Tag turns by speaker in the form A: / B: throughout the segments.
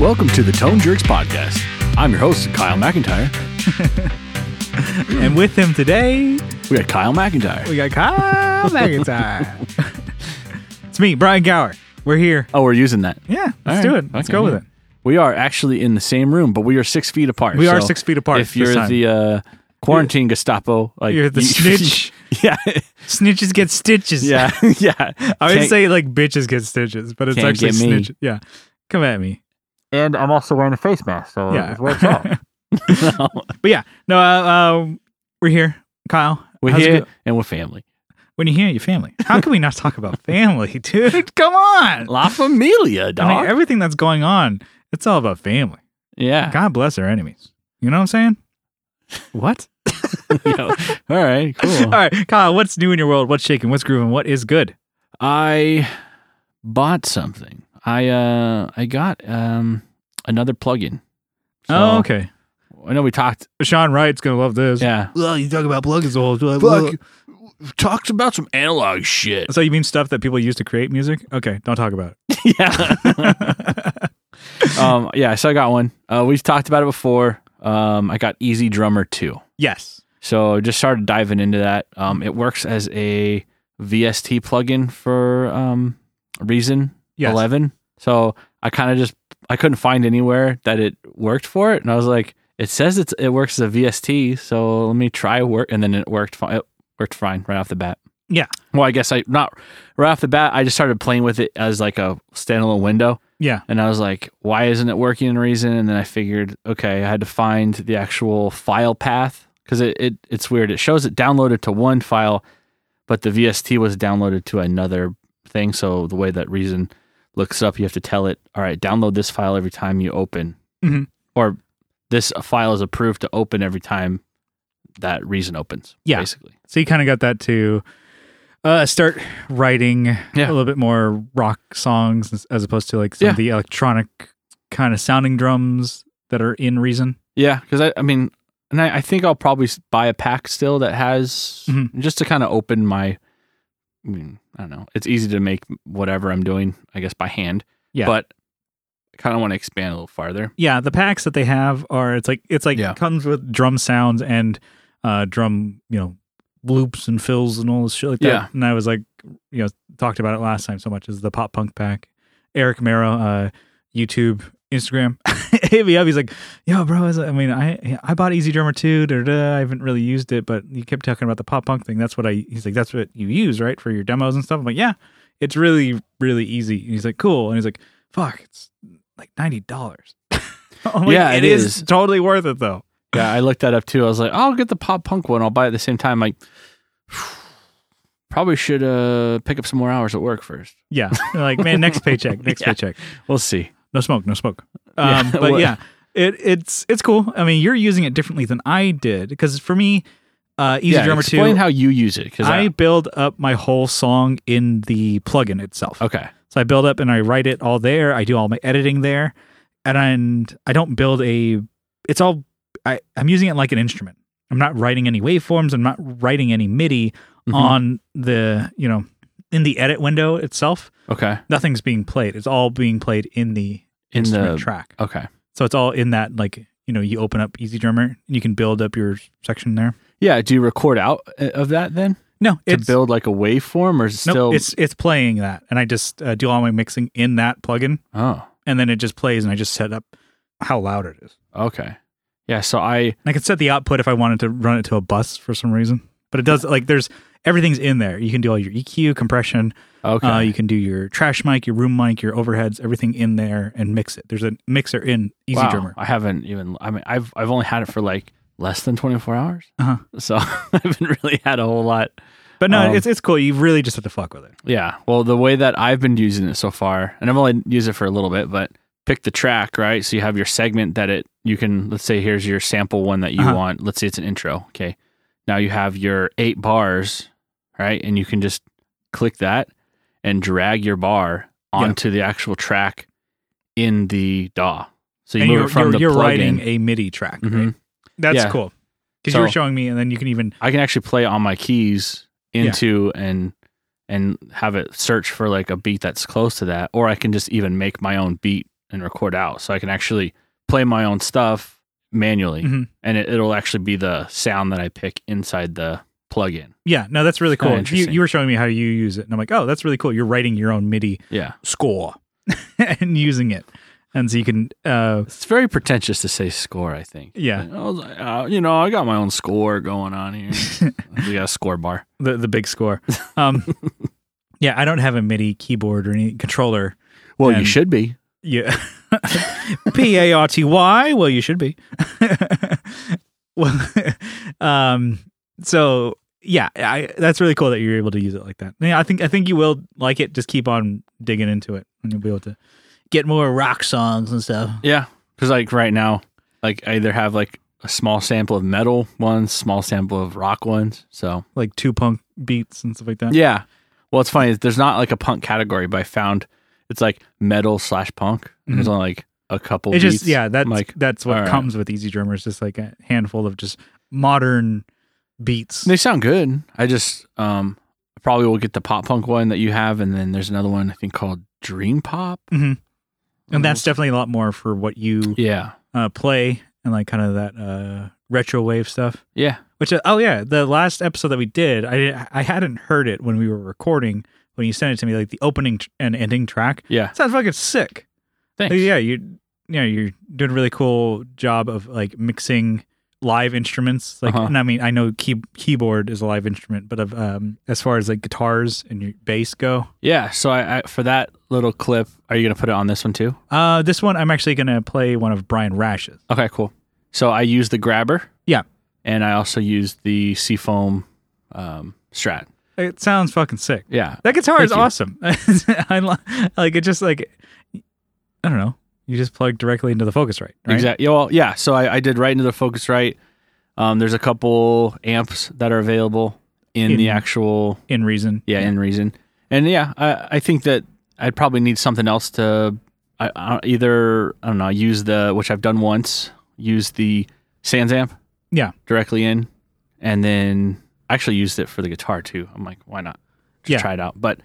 A: Welcome to the Tone Jerks Podcast. I'm your host, Kyle McIntyre.
B: And with him today,
A: We got Kyle McIntyre.
B: we got Kyle McIntyre. it's me, Brian Gower. We're here.
A: Oh, we're using that.
B: Yeah,
A: All
B: let's
A: right.
B: do it. Let's
A: Okay,
B: go with
A: yeah.
B: it.
A: We are actually in the same room, but we are six feet apart.
B: We are
A: so
B: six feet apart
A: If
B: this
A: you're
B: time.
A: the uh, quarantine Gestapo, like
B: You're the
A: you-
B: snitch.
A: yeah,
B: Snitches get stitches.
A: yeah, yeah.
B: I would
A: Can't-
B: say like bitches get stitches, but it's
A: Can't
B: actually
A: get me.
B: snitches. Yeah. Come at me.
C: and I'm also wearing a face mask, so
B: Yeah.
C: it works out.
A: no,
B: But yeah, no, uh, uh, we're here, Kyle.
A: we're
B: how's it
A: here
B: go-
A: and we're family.
B: when you hear your family. How can we not talk about family, dude? Come on.
A: La familia, dog.
B: I mean, everything that's going on, it's all about family.
A: yeah.
B: God bless our enemies. You know what I'm saying? What?
A: Yo. All right. Cool.
B: All right, Kyle, what's new in your world? What's shaking? What's grooving? What is good?
A: I bought something. I uh I got um another plugin. So,
B: oh, okay.
A: I know we talked.
B: Sean Wright's going to love this.
A: Yeah.
B: Well, you talk about plugins all the
A: talked about some analog shit.
B: So you mean stuff that people use to create music? Okay, don't talk about
A: yeah.
B: it.
A: um yeah, so I got one. Uh we've talked about it before. Um I got Easy Drummer 2.
B: yes.
A: So I just started diving into that. Um it works as a VST plugin for um Reason
B: Yes.
A: 11. So I kind of just I couldn't find anywhere that it worked for it, and I was like, it says it's, it works as a VST, so let me try work, and then it worked fine. It worked fine right off the bat.
B: Yeah.
A: Well, I guess I not right off the bat. I just started playing with it as like a standalone window,
B: Yeah.
A: and I was like, why isn't it working in Reason? And then I figured, okay, I had to find the actual file path because it, it it's weird. It shows it downloaded to one file, but the VST was downloaded to another thing. So the way that Reason looks up, you have to tell it, all right, download this file every time you open,
B: Mhm.
A: or this file is approved to open every time that Reason opens.
B: Yeah.
A: basically.
B: So you kind of got that to uh, start writing
A: Yeah.
B: a little bit more rock songs as- as opposed to like some
A: Yeah.
B: of the electronic kind of sounding drums that are in Reason.
A: Yeah, because I, I mean, and I, I think I'll probably s- buy a pack still that has
B: Mhm.
A: just to kind of open my. I mean, I don't know. It's easy to make whatever I'm doing, I guess, by hand.
B: Yeah.
A: But I kind of want to expand a little farther.
B: Yeah, the packs that they have are it's like it's like
A: Yeah.
B: comes with drum sounds and uh, drum you know loops and fills and all this shit like that.
A: Yeah.
B: And I was like, you know, talked about it last time so much is the pop punk pack. Eric Mero, uh, YouTube, Instagram, hit me up. He's like, yo, bro. I, was- I mean, I I bought Easy Drummer too. Da, da, da. I haven't really used it, but you kept talking about the pop punk thing. That's what I. He's like, that's what you use, right, for your demos and stuff. I'm like, yeah, it's really really easy. And he's like, cool. And he's like, fuck, it's like ninety dollars.
A: Yeah, it
B: is
A: is.
B: totally worth it though.
A: Yeah, I looked that up too. I was like, I'll get the pop punk one. I'll buy it at the same time. Like, probably should uh, pick up some more hours at work first.
B: Yeah, They're like man, next paycheck, next
A: Yeah.
B: paycheck.
A: We'll see.
B: No smoke, no smoke.
A: Yeah,
B: Um,
A: what-
B: but yeah, it it's it's cool. I mean, you're using it differently than I did because for me, uh, Easy
A: yeah,
B: Drummer
A: explain
B: two.
A: how you use it. Because
B: I
A: I,
B: build up my whole song in the plugin itself.
A: okay,
B: So I build up and I write it all there. I do all my editing there, and I, and I don't build a. It's all I, I'm using it like an instrument. I'm not writing any waveforms. I'm not writing any MIDI
A: Mhm.
B: on the you know in the edit window itself.
A: okay,
B: Nothing's being played. It's all being played in the
A: in
B: instrument
A: the
B: track.
A: okay.
B: So it's all in that like you know you open up Easy Drummer and you can build up your section there.
A: Yeah, do you record out uh, of that then?
B: No,
A: to
B: it's
A: build like a waveform or is it
B: nope,
A: still
B: it's it's playing that, and I just uh, do all my mixing in that plugin.
A: oh
B: and then it just plays and I just set up how loud it is.
A: okay yeah so i
B: And I could set the output if I wanted to run it to a bus for some reason. But it does like there's everything's in there. You can do all your EQ, compression,
A: okay
B: uh, you can do your trash mic, your room mic, your overheads, everything in there and mix it. There's a mixer in Easy
A: Wow,
B: Drummer.
A: i haven't even i mean i've i've only had it for like less than 24 hours
B: Uh-huh.
A: so i haven't really had a whole lot
B: But no,
A: Um,
B: it's it's cool. You really just have to fuck with it.
A: yeah well the way that i've been using it so far and i've only used it for a little bit but pick the track right so you have your segment that it you can let's say here's your sample one that you
B: Uh-huh.
A: want let's say it's an intro okay now you have your eight bars right and you can just click that and drag your bar
B: Yeah.
A: onto the actual track in the DAW. So you
B: and
A: move
B: you're
A: it from
B: you're,
A: the
B: you're
A: plugin.
B: writing a MIDI track.
A: Mhm.
B: Right? That's
A: Yeah.
B: cool. Because you were
A: So-
B: showing me, and then you can even
A: I can actually play on my keys
B: Yeah.
A: into and and have it search for like a beat that's close to that, or I can just even make my own beat and record out. So I can actually play my own stuff manually
B: Mhm.
A: and it, it'll actually be the sound that I pick inside the plugin.
B: Yeah, no, that's really
A: It's kinda
B: cool. You,
A: interesting.
B: you were showing me how you use it, and I'm like, oh, that's really cool. You're writing your own MIDI
A: Yeah.
B: score and using it, and so you can. Uh,
A: It's very pretentious to say score, I think.
B: Yeah.
A: I was like, uh, you know, I got my own score going on here. we got a score bar.
B: the the big score. Um, yeah, I don't have a MIDI keyboard or any controller.
A: Well, you
B: And-
A: should be.
B: Yeah, P A R T Y. Well, you should be. well, um, so yeah, I, that's really cool that you're able to use it like that. Yeah, I think I think you will like it. Just keep on digging into it, and you'll be able to get more rock songs and stuff.
A: Yeah. Cause like right now, like I either have like a small sample of metal ones, small sample of rock ones. So
B: like two punk beats and stuff like that.
A: yeah. Well, it's funny. There's not like a punk category, but I found it's like metal slash punk. And There's
B: Mhm.
A: only like a couple.
B: It just
A: beats.
B: yeah, that's
A: I'm like
B: that's what
A: all right.
B: comes with Easy Drummer is just like a handful of just modern beats.
A: They sound good. I just um probably will get the pop punk one that you have, and then there's another one I think called Dream Pop.
B: Mhm. And that's definitely a lot more for what you
A: yeah,
B: uh, play and like kind of that uh, retro wave stuff.
A: yeah,
B: Which uh, oh yeah, the last episode that we did, I didn't- I hadn't heard it when we were recording when you sent it to me like the opening tr- and ending track.
A: yeah.
B: Sounds fucking sick.
A: Thanks.
B: Like, yeah, you yeah, you're doing a really cool job of like mixing live instruments. Like,
A: Uh-huh.
B: and I mean, I know key, keyboard is a live instrument, but of, um, as far as like guitars and your bass go,
A: Yeah, So I, I for that little clip, are you gonna put it on this one too?
B: uh, this one I'm actually gonna play one of Brian Rash's.
A: Okay, cool. So I use the grabber.
B: Yeah.
A: and I also use the Seafoam um, Strat.
B: It sounds fucking sick.
A: Yeah,
B: That guitar
A: Thank
B: is
A: you.
B: awesome. I lo- like it. Just like I don't know, you just plug directly into the Focusrite, right?
A: Exactly. Well, yeah. So I, I did right into the Focusrite. Um, there's a couple amps that are available in
B: In-
A: the actual
B: In Reason,
A: yeah, in reason. And yeah, I, I think that I'd probably need something else to I, I either I don't know use the which I've done once use the Sans amp
B: yeah,
A: directly in, and then I actually used it for the guitar too. I'm like, why not? Just
B: Yeah.
A: try it out. But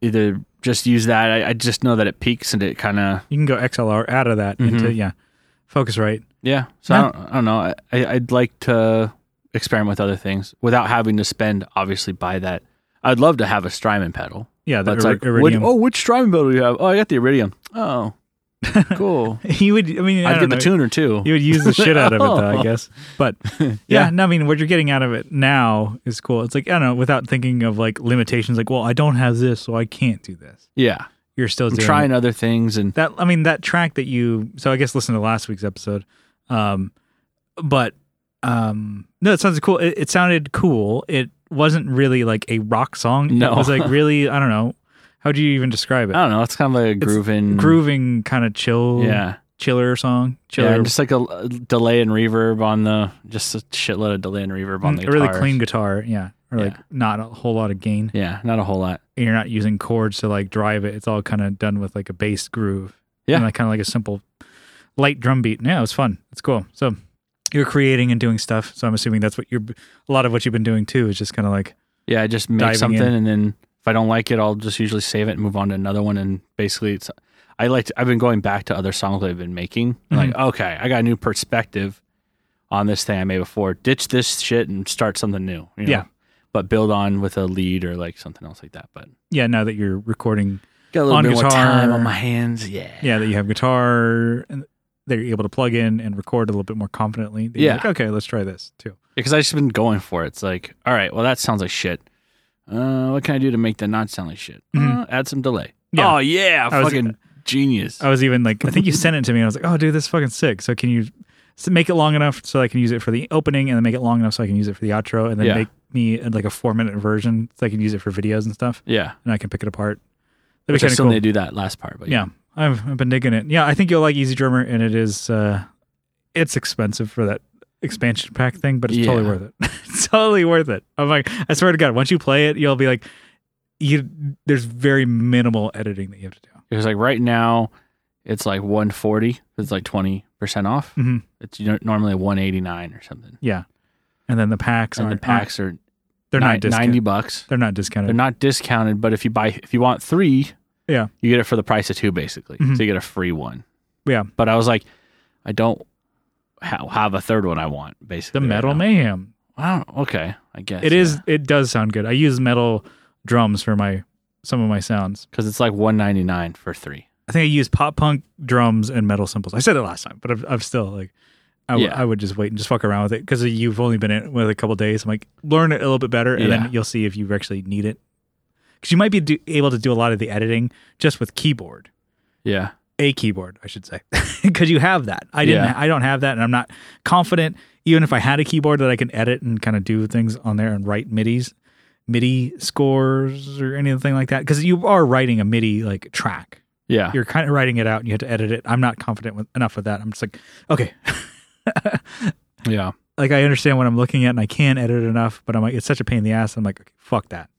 A: either just use that. I, I just know that it peaks and it kind of
B: you can go XLR out of that
A: Mm-hmm.
B: into yeah, Focusrite.
A: yeah. So
B: Yeah.
A: I, don't, I don't know. I, I- I'd like to experiment with other things without having to spend obviously buy that. I'd love to have a Strymon pedal.
B: Yeah, the
A: That's
B: Iri-
A: like, what-
B: Iridium.
A: oh, which Strymon pedal do you have? Oh, I got the Iridium. Oh, cool.
B: You would, I mean, I
A: I'd
B: don't
A: get the
B: know.
A: tuner too.
B: You would use the shit out of it, though,
A: Oh.
B: I guess. But yeah,
A: Yeah.
B: no, I mean, what you're getting out of it now is cool. It's like, I don't know, without thinking of like limitations, like, well, I don't have this, so I can't do this.
A: yeah,
B: You're still
A: I'm
B: doing
A: trying
B: it.
A: other things, and
B: that. I mean, that track that you, so I guess listen to last week's episode. Um, but um, no, it sounds cool. It, it sounded cool. It wasn't really like a rock song.
A: No. Um,
B: It was like really, I don't know, how do you even describe
A: I
B: it?
A: don't know. It's kind of like a grooving
B: Grooving kind of chill,
A: Yeah,
B: chiller song, chiller
A: yeah, and just like a a delay and reverb on the just a shitload of delay and reverb on the
B: Mm, a really
A: guitars.
B: clean guitar, yeah, or like
A: Yeah.
B: not a whole lot of gain.
A: Yeah, not a whole lot.
B: And you're not using chords to like drive it. It's all kind of done with like a bass groove,
A: Yeah.
B: and like kind of like a simple light drum beat. Yeah, it's fun. It's cool. So you're creating and doing stuff. So I'm assuming that's what you're. A lot of what you've been doing too is just kind of like
A: Yeah, I just make
B: Diving
A: something,
B: in.
A: and then if I don't like it, I'll just usually save it and move on to another one. And basically, it's I like to, I've been going back to other songs that I've been making. I'm Like,
B: Mm-hmm.
A: okay, I got a new perspective on this thing I made before. Ditch this shit and start something new. you know?
B: Yeah.
A: but build on with a lead or like something else like that. But
B: yeah. Now that you're recording,
A: got a little
B: On
A: bit
B: guitar.
A: more time on my hands. Yeah,
B: yeah, that you have guitar and that you're able to plug in and record a little bit more confidently. that you're
A: Yeah.
B: like, okay, let's try this too.
A: because I just been going for it. It's like, all right, well that sounds like shit. Uh, what can I do to make that not sound like shit?
B: Mhm.
A: Uh, add some delay.
B: Yeah.
A: Oh yeah,
B: I was-
A: fucking genius.
B: I was even like, I think you sent it to me. And I was like, oh, dude, this is fucking sick. So can you s- make it long enough so I can use it for the opening, and then make it long enough so I can use it for the outro, and then
A: Yeah.
B: make me uh, like a four minute version so I can use it for videos and stuff,
A: yeah.
B: and I can pick it apart. That'd
A: Which
B: be
A: I
B: kind of
A: still
B: cool.
A: need to do that last part, but
B: yeah, I've, I've been digging it. Yeah, I think you'll like Easy Drummer, and it is uh, it's expensive for that expansion pack thing, but it's totally
A: Yeah.
B: worth it. it's totally worth it. I'm like, I swear to God, once you play it, you'll be like, you there's very minimal editing that you have to do.
A: because like right now, it's like 140. It's like 20 percent off.
B: Mhm.
A: It's you know, normally 189 or something.
B: Yeah, and then the packs
A: and the
B: aren't-
A: packs are
B: They're
A: ni-
B: not discounted.
A: 90 bucks.
B: They're not
A: They're
B: discounted.
A: not discounted, but if you buy if you want three,
B: Yeah.
A: you get it for the price of two basically.
B: Mhm.
A: So you get a free one.
B: Yeah.
A: But I was like, I don't ha- have a third one. I want basically
B: The Metal
A: Right
B: Mayhem.
A: now. Wow. Okay. I guess
B: It is. It does sound good. I use metal drums for my some of my sounds.
A: because it's like one ninety nine for three.
B: I think I use pop punk drums and metal cymbals. I said it last time, but I've, I've still like, I, w-
A: Yeah.
B: I would just wait and just fuck around with it because you've only been in it with a couple days. I'm like, learn it a little bit better, and
A: Yeah.
B: then you'll see if you actually need it. Because you might be do, able to do a lot of the editing just with keyboard,
A: Yeah.
B: a keyboard, I should say, because you have that. I didn't.
A: Yeah.
B: I don't have that, and I'm not confident. Even if I had a keyboard that I can edit and kind of do things on there and write midis, MIDI scores or anything like that, because you are writing a MIDI like track
A: Yeah.
B: you're kind of writing it out and you have to edit it. I'm not confident with, enough with that. I'm just like, okay,
A: yeah.
B: like I understand what I'm looking at and I can edit it enough, but I'm like, it's such a pain in the ass. I'm like, okay, fuck that.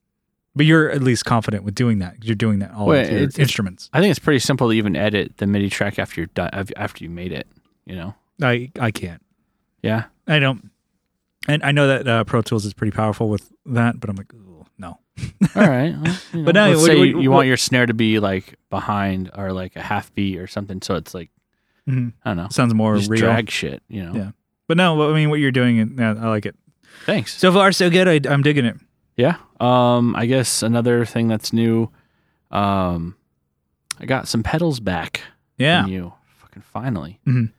B: But you're at least confident with doing that. You're doing that all
A: Well,
B: with your
A: it's- it's-
B: instruments.
A: I think it's pretty simple to even edit the MIDI track after you're done af- after you made it. You know.
B: I I can't.
A: Yeah.
B: I don't. And I know that uh, Pro Tools is pretty powerful with that, but I'm like, "Ugh, no.
A: All right. Well, you
B: But
A: know,
B: now,
A: let's
B: what-
A: say
B: what-
A: you, you
B: what-
A: want your snare to be like behind or like a half beat or something, so it's like
B: Mhm.
A: I don't know,
B: Sounds more
A: just
B: real.
A: drag shit. You know.
B: Yeah. But no, what- I mean, what you're doing, yeah, I like it.
A: Thanks.
B: So far, so good. I, I'm digging it.
A: yeah. Um. I guess another thing that's new. Um, I got some pedals back.
B: Yeah.
A: From you fucking finally.
B: Mhm.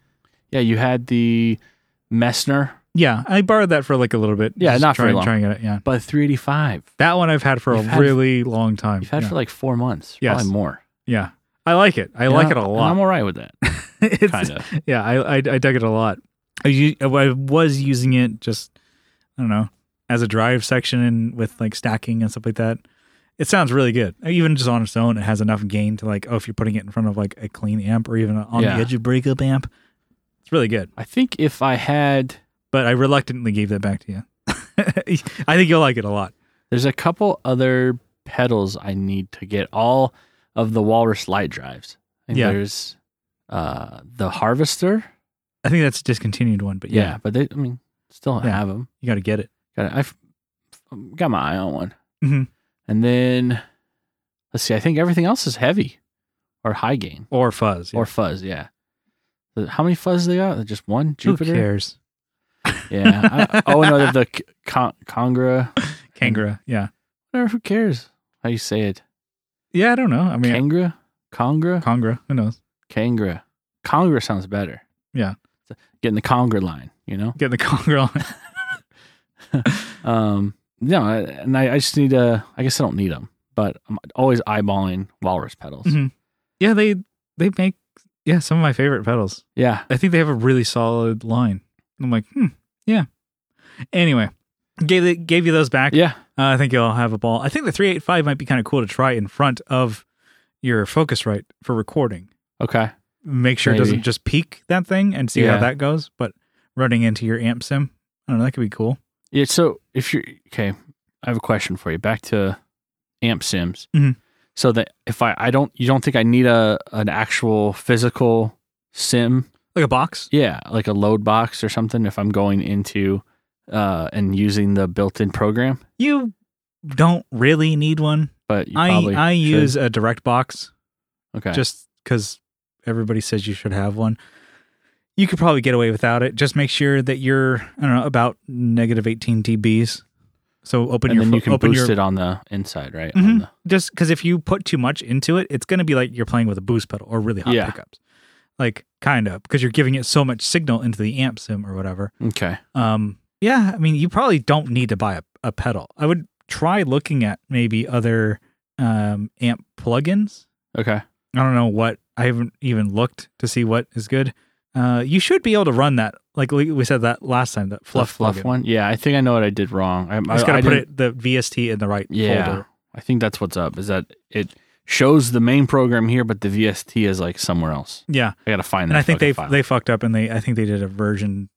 A: Yeah. You had the Messner,
B: Yeah. I borrowed that for like a little bit.
A: Yeah,
B: Just
A: not very
B: trying-
A: long.
B: Trying it. Yeah.
A: but 385.
B: That one I've had for
A: You've
B: a
A: had-
B: really long time.
A: You've had
B: yeah.
A: for like four months,
B: Yes.
A: probably more.
B: yeah. I like it. I
A: You
B: like
A: know,
B: it a
A: and
B: lot.
A: I'm all right with that.
B: It's-
A: Kind of.
B: Yeah, I, I I dug it a lot. I, u- I was using it just I don't know as a drive section and with like stacking and stuff like that. It sounds really good. Uh, Even just on its own, it has enough gain to like oh if you're putting it in front of like a clean amp or even on
A: Yeah.
B: the edge of breakup amp, it's really good.
A: I think if I had
B: But I reluctantly gave that back to you. I think you'll like it a lot.
A: There's a couple other pedals I need to get all of the Walrus light drives. I think
B: Yeah.
A: There's uh, the Harvester.
B: I think that's a discontinued one, but
A: Yeah,
B: yeah,
A: but they, I mean, still
B: Yeah.
A: have them.
B: you got to get it.
A: Got I've um, got my eye on one.
B: Mhm.
A: And then let's see. I think everything else is heavy or high gain
B: Or fuzz. yeah.
A: or fuzz. Yeah. Uh, How many fuzz they got? Just one Jupiter.
B: Who cares?
A: Yeah. I, oh no, they have the K- Con- Congra.
B: Kangra. Yeah.
A: Or who cares how you say it?
B: Yeah, I don't know. I mean,
A: Kangra, Congra,
B: Congra. Who knows?
A: Kangra. Congra sounds better.
B: Yeah.
A: Getting the Conger line, you know?
B: Get the Congra on.
A: Um, no, I- and I, I just need to, I guess I don't need them, but I'm always eyeballing walrus pedals.
B: Mhm. yeah, they they make yeah some of my favorite pedals.
A: Yeah.
B: I think they have a really solid line. I'm like, hmm, yeah. Anyway, gave the, gave you those back.
A: Yeah.
B: Uh, I think you'll have a ball. I think the 385 might be kind of cool to try in front of your Focusrite for recording.
A: Okay.
B: Make sure
A: Maybe.
B: it doesn't just peak that thing and see
A: Yeah.
B: how that goes. But running into your amp sim, I don't know. That could be cool.
A: Yeah. So if you're, okay, I have a question for you. Back to amp sims.
B: Mhm.
A: So that if I, I don't, you don't think I need a, an actual physical sim?
B: Like a box.
A: Yeah. Like a load box or something if I'm going into, uh, and using the built in program,
B: You don't really need one.
A: but you
B: I
A: probably
B: I
A: should.
B: use a direct box
A: okay.
B: just because everybody says you should have one. You could probably get away without it. Just make sure that you're, I don't know, about negative 18 dBs. So open
A: and
B: your,
A: then
B: fo-
A: you can
B: open
A: boost
B: your,
A: it on the inside, right? On
B: Mhm.
A: the,
B: just because if you put too much into it, it's going to be like you're playing with a boost pedal or really hot
A: Yeah.
B: pickups, like kind of because you're giving it so much signal into the amp sim or whatever.
A: okay.
B: Um, yeah, I mean, you probably don't need to buy a, a pedal. I would try looking at maybe other um, amp plugins
A: Okay.
B: I don't know what I haven't even looked to see what is good. Uh, you should be able to run that, like we we said that last time, that
A: The
B: fluff
A: fluff
B: plugin.
A: one. Yeah, I think I know what I did wrong. I,
B: I just
A: I-
B: gotta
A: I
B: put
A: didn't-
B: it the VST in the right
A: Yeah.
B: folder.
A: I think that's what's up. Is that it shows the main program here, but the VST is like somewhere else.
B: Yeah,
A: I gotta find that.
B: and I think
A: fucking
B: they
A: file.
B: they fucked up, and they I think they did a version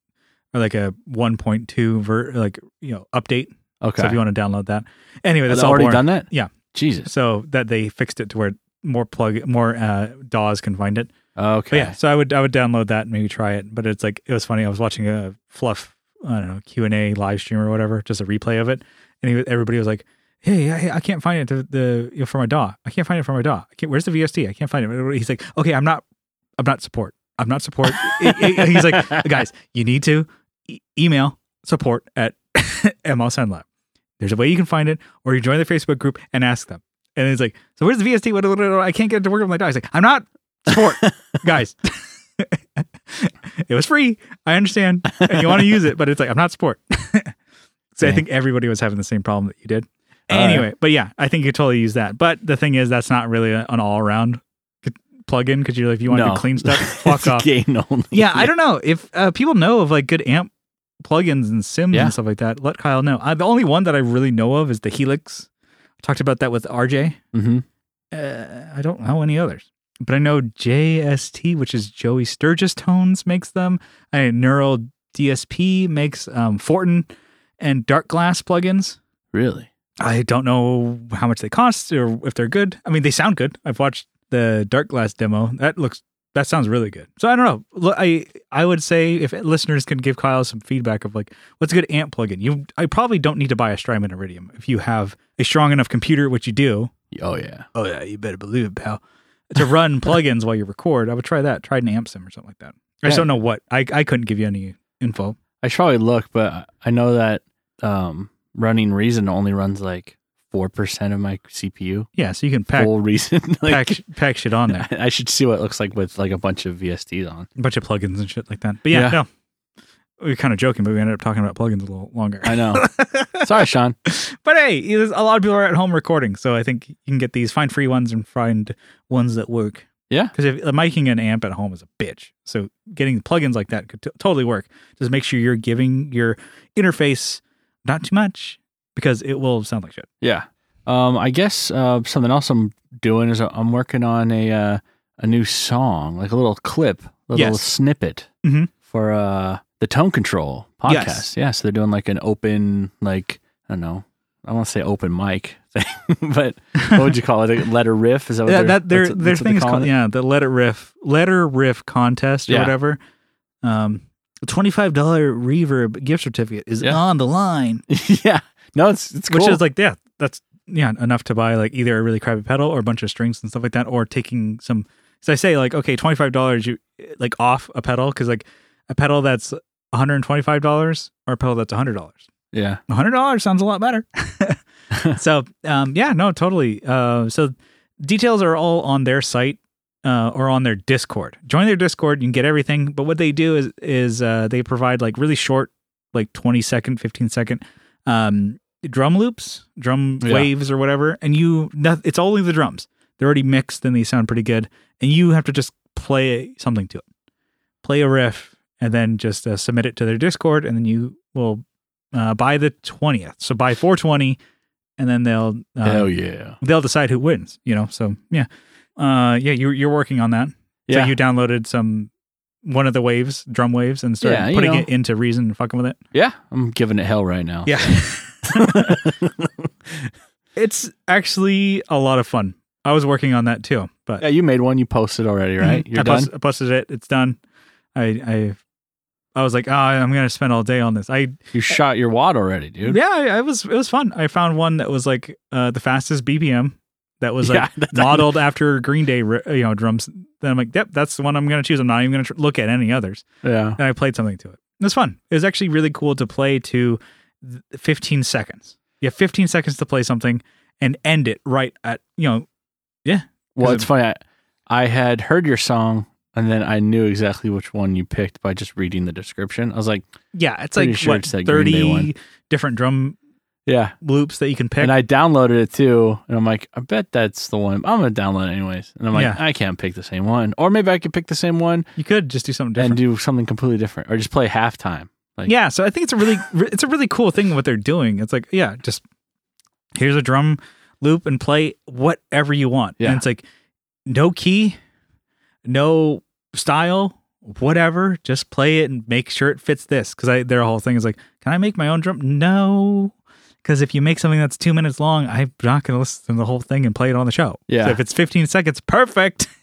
B: or like a 1.2 ver like you know update.
A: okay.
B: So if you want to download that, anyway,
A: that's
B: that's all
A: already
B: boring.
A: done that.
B: Yeah.
A: Jesus.
B: So that they fixed it to where more plug more uh, DAWs can find it.
A: Okay.
B: But yeah, so I would I would download that and maybe try it. But it's like it was funny. I was watching a fluff I don't know Q and A live stream or whatever, just a replay of it, and he, everybody was like, hey, hey, I can't find it to the you know, for my DAW. I can't find it for my DAW. I can't, where's the VST? I can't find it. He's like, okay, I'm not, I'm not support. I'm not support. It- it- he's like, guys, you need to e- email support at MLSN Lab. There's a way you can find it, or you join the Facebook group and ask them. And it's like, so where's the VST? What, what- what- I can't get it to work with my DAW. He's like, I'm not support, guys. it was free. I understand. And you want to use it, but it's like, I'm not support. so I
A: Dang.
B: think everybody was having the same problem that you did.
A: All right.
B: Anyway, but yeah, I think you could totally use that. But the thing is, that's not really a- an all around plug-in because you're like, if you want to
A: No.
B: do clean stuff, fuck
A: It's
B: off.
A: Gain only.
B: Yeah, I don't know if uh, people know of like good amp plugins and sims
A: Yeah.
B: and stuff like that. Let Kyle know. Uh, the only one that I really know of is the Helix. I talked about that with RJ.
A: Mhm.
B: Uh, I don't know any others, but I know JST, which is Joey Sturgis Tones, makes them. I Neural DSP makes um, Fortin and Dark Glass plugins.
A: Really?
B: I don't know how much they cost or if they're good. I mean, they sound good. I've watched the Dark Glass demo. That looks that sounds really good. So I don't know. Lo- I I would say if listeners could give Kyle some feedback of like what's a good amp plugin. You I probably don't need to buy a Strymon Iridium if you have a strong enough computer, which you do.
A: Oh yeah.
B: Oh yeah, you better believe it, pal. To run plugins while you record, I would try that. Try an amp sim or something like that. I just
A: Yeah.
B: don't know what. I I couldn't give you any info.
A: I should probably look, but I know that um, running Reason only runs like four percent of my CPU.
B: Yeah, so you can pack
A: Full Reason. like,
B: pack pack shit on there.
A: I should see what it looks like with like a bunch of VSTs on.
B: a bunch of plugins and shit like that. But yeah,
A: Yeah.
B: no. We were kind of joking, but we ended up talking about plugins a little longer.
A: I know. Sorry, Sean.
B: but hey, there's a lot of people are at home recording, so I think you can get these find free ones and find ones that work.
A: Yeah.
B: because if uh, miking an amp at home is a bitch, so getting plugins like that could t- totally work. Just make sure you're giving your interface not too much because it will sound like shit.
A: Yeah. Um, I guess uh, something else I'm doing is I'm working on a uh, a new song, like a little clip, a little
B: Yes.
A: snippet
B: Mhm.
A: for uh, the Tone Control podcast.
B: Yes.
A: Yeah, so they're doing like an open, like I don't know, I want to say open mic thing, but what would you call it? A letter riff? Is that what
B: Yeah,
A: Oh, they're,
B: that their
A: that's-
B: their
A: that's what
B: thing
A: they're
B: is called
A: calling it?
B: yeah the letter riff letter riff contest or
A: Yeah.
B: whatever. Um, a twenty five dollar reverb gift certificate is
A: Yeah.
B: on the line,
A: yeah. No, it's it's cool.
B: which is like yeah that's yeah enough to buy like either a really crappy pedal or a bunch of strings and stuff like that, or taking some. So I say like okay twenty five dollars you like off a pedal because like a pedal that's one hundred and twenty five dollars or a pedal that's hundred dollars.
A: yeah,
B: hundred dollars sounds a lot better. so um, yeah, no, totally. Uh, so details are all on their site uh, or on their Discord. Join their Discord, you can get everything. But what they do is is uh, they provide like really short, like 20 second, 15 second um, drum loops, drum
A: Yeah.
B: waves or whatever, and you noth- it's only the drums. They're already mixed and they sound pretty good, and you have to just play something to it, play a riff, and then just uh, submit it to their Discord, and then you will uh, by the 20th. So by 420, and then they'll uh,
A: hell yeah,
B: they'll decide who wins. You know, so yeah, uh, yeah, you're you're working on that.
A: yeah.
B: So you downloaded some one of the waves, drum waves, and started
A: Yeah, you
B: putting
A: know.
B: it into Reason and fucking with it.
A: yeah, I'm giving it hell right now.
B: Yeah. it's actually a lot of fun. I was working on that too, but
A: yeah, you made one. You posted already, right?
B: Mhm.
A: You're
B: I
A: done.
B: post- I posted it. It's done. I I I was like, oh, I'm gonna spend all day on this. I
A: You shot your wad already, dude.
B: yeah, I, I was it was fun. I found one that was like uh, the fastest BPM that was like
A: Yeah, that's-
B: modeled after Green Day, ri- you know, drums. Then I'm like, yep, that's the one I'm gonna choose. I'm not even gonna tr- look at any others.
A: Yeah.
B: And I played something to it. It was fun. It was actually really cool to play to th- 15 seconds. You have 15 seconds to play something and end it right at you know
A: Well,
B: 'Cause
A: it's
B: it-
A: funny. I, I had heard your song, and then I knew exactly which one you picked by just reading the description. I was like,
B: yeah, it's
A: Pretty
B: like
A: sure
B: what,
A: it's that Green Day
B: 30
A: one.
B: different drum
A: yeah.
B: loops that you can pick.
A: And I downloaded it too, and I'm like, I bet that's the one. I'm gonna download it anyways. And I'm like,
B: Yeah.
A: I can't pick the same one, or maybe I could pick the same one
B: you could just do something different.
A: and do something completely different, or just play halftime. Like-
B: yeah so i think it's a really it's a really cool thing what they're doing it's like yeah just here's a drum loop and play whatever you want
A: Yeah.
B: and it's like no key no style whatever just play it and make sure it fits this because i their whole thing is like can i make my own drum no because if you make something that's two minutes long i'm not going to listen to the whole thing and play it on the show
A: Yeah.
B: so if it's 15 seconds perfect